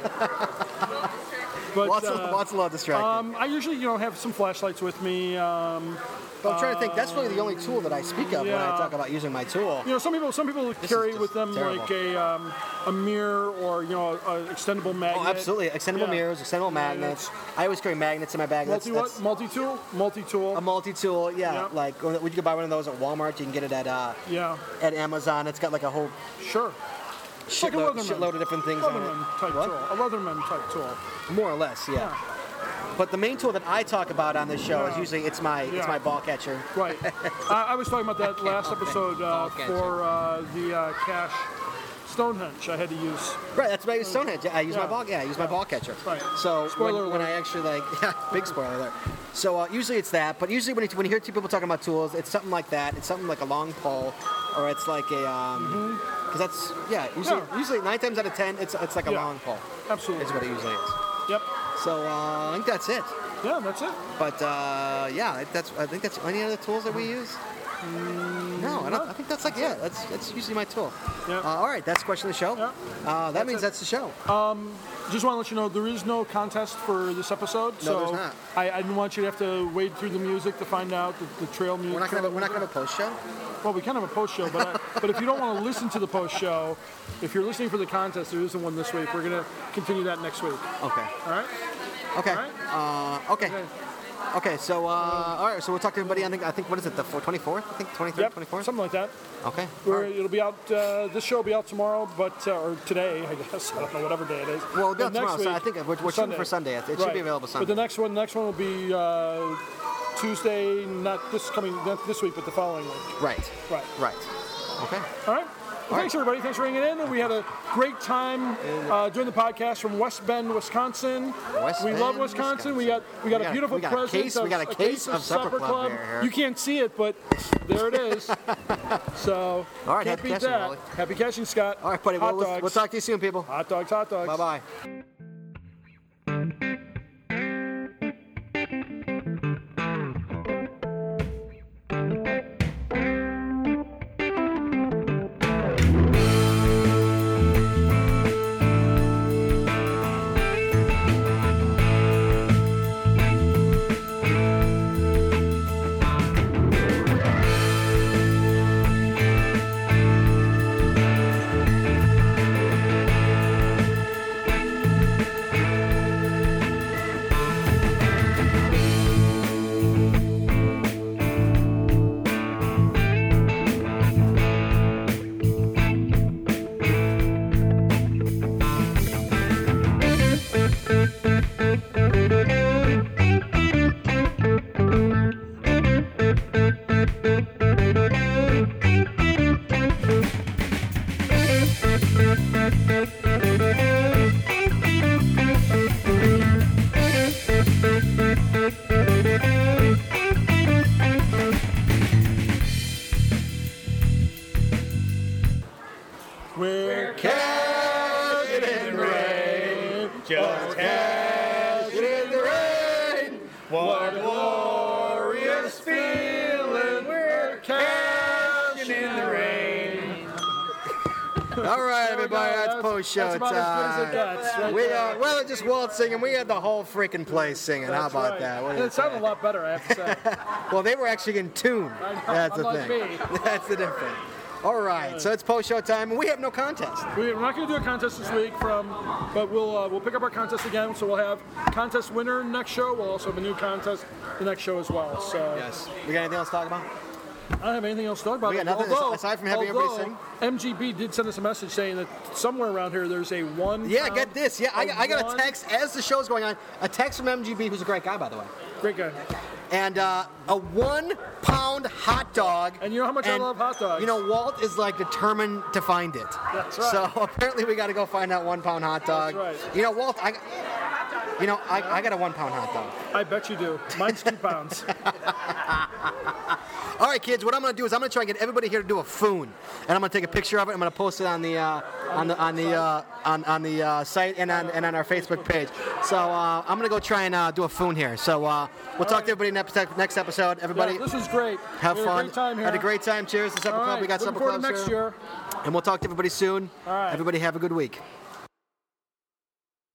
But, [laughs] Lots of- uh, lots of love distracted. Um, I usually, you know, have some flashlights with me. Um, But I'm trying to think. That's really the only tool that I speak of when I yeah. talk about using my tool. Oh, You know, some people some people carry with them terrible. like a um, a mirror or you know an extendable magnet. Oh, absolutely. Extendable Yeah. mirrors, extendable magnets. I always carry magnets in my bag. That's, Multi that's Um, what? Multi tool? Multi tool. a multi-tool. Yeah, Yeah. like or you can buy one of those at Walmart. You can get it at uh, Yeah. at Amazon. It's got like a whole Sure. It's like a shitload, Leatherman. shitload of different things on Leatherman it. type What? tool. A Leatherman type tool. More or less, yeah. Yeah. But the main tool that I talk about on this show is Yeah. usually it's my it's Yeah. my ball catcher. [laughs] Right. I, I was talking about that last help it. episode uh, Okay, for uh, the uh, cash Stonehenge. I had to use. Right, that's my Stonehenge. I use my Yeah. ball. Yeah, I use my ball catcher. Right. So Spoiler when, when I actually like, [laughs] yeah, big spoiler there. So uh, usually it's that, but usually when you, when you hear two people talking about tools, it's something like that. It's something like a long pole, or it's like a um, because that's yeah. Usually, Yeah. usually nine times out of ten, it's it's like a Mm-hmm. Yeah. long pole. Absolutely. Is what it usually is. Yep. So uh, I think that's it. Yeah, that's it. But uh, yeah, I- that's I think that's any other tools that we Mm-hmm. use. No, I, don't, I think that's like yeah, that's that's usually my tool. Mm, Yeah. Uh, all right, that's the question of the show. Uh, that That's means it. that's the show. Um, just want to let you know there is no contest for this episode. No, so there's not. I, I didn't want you to have to wade through the music to find out the, the trail music. We're not gonna have a, we're not gonna have a post show. Well, we can have a post show, but I, but if you don't want to listen to the post show, if you're listening for the contest, there isn't one this week. We're gonna continue that next week. Okay. All right. Okay. Uh, okay. Okay. So uh, all right. So we'll talk to everybody. I think I think what is it? The four- 24th? I think 23rd, 24th. Something like that. Okay. We're, It'll be out. Uh, this show will be out tomorrow, but uh, or today, I guess. [laughs] I don't know whatever day it is. Well, it'll be But out next tomorrow, so I think we're- we're shooting for Sunday. It- it should be available But the next one, next one will be uh, Tuesday, not this coming, not this week, but the following week. Right. Right. Right. Okay. All right. Well, thanks everybody. Thanks for hanging in. We had a great time uh, doing the podcast from West Bend, Wisconsin. West we love Bend, Wisconsin. We got we got a beautiful we got a present. case- of, we got a case of Supper Club here. You can't see it, but there it [laughs] is. so All right, can't happy beat catching, that. Wally. Happy catching, Scott. All right, buddy. Hot Well, we'll, dogs. we'll talk to you soon, people. Hot dogs. Hot dogs. Bye bye. We're cashing in the rain. Just cashing in the rain. What a glorious feeling. We're cashing in the rain. All right, everybody, that's post show that's time. about as good as it gets, right we there. are well, it's just Walt singing. We had the whole freaking place singing. How That's about right. that? What do And you it sounded a lot better, I have to [laughs] say. think? Well, they were actually in tune. I know, That's the unlike thing. me. [laughs] That's the difference. All right, so it's post show time, and we have no contest. We- We're not going to do a contest this week, from, but we'll uh, we'll pick up our contest again. So we'll have contest winner next show. We'll also have a new contest the next show as well. So yes, we got anything else to talk about? I don't have anything else to talk about. We got nothing although, aside from having everybody although MGB did send us a message saying that somewhere around here there's a one. Yeah, pound- get this. Yeah, I, I got a one- text as the show's going on. A text from MGB, who's a great guy, by the way. Great guy. And uh, a one pound hot dog. And you know how much I love hot dogs. You know, Walt is like determined to find it. That's right. So [laughs] apparently we got to go find that one pound hot dog. That's right. You know, Walt, I, you know, I, I got a one pound hot dog. I bet you do. Mine's two [laughs] pounds. All right, kids. What I'm gonna do is I'm gonna try and get everybody here to do a foon, and I'm gonna take a picture of it. I'm gonna post it on the uh, on the on the uh, on, on the uh, site and on and on our Facebook page. So uh, I'm gonna go try and uh, do a foon here. So uh, we'll talk to everybody next next episode. Everybody, Yeah, this was great. Have We had a fun. great time here. Had a great time. Cheers to Supper All Club. right, We got looking Supper forward Club to next and we'll talk to everybody soon. All right. Everybody have a good week.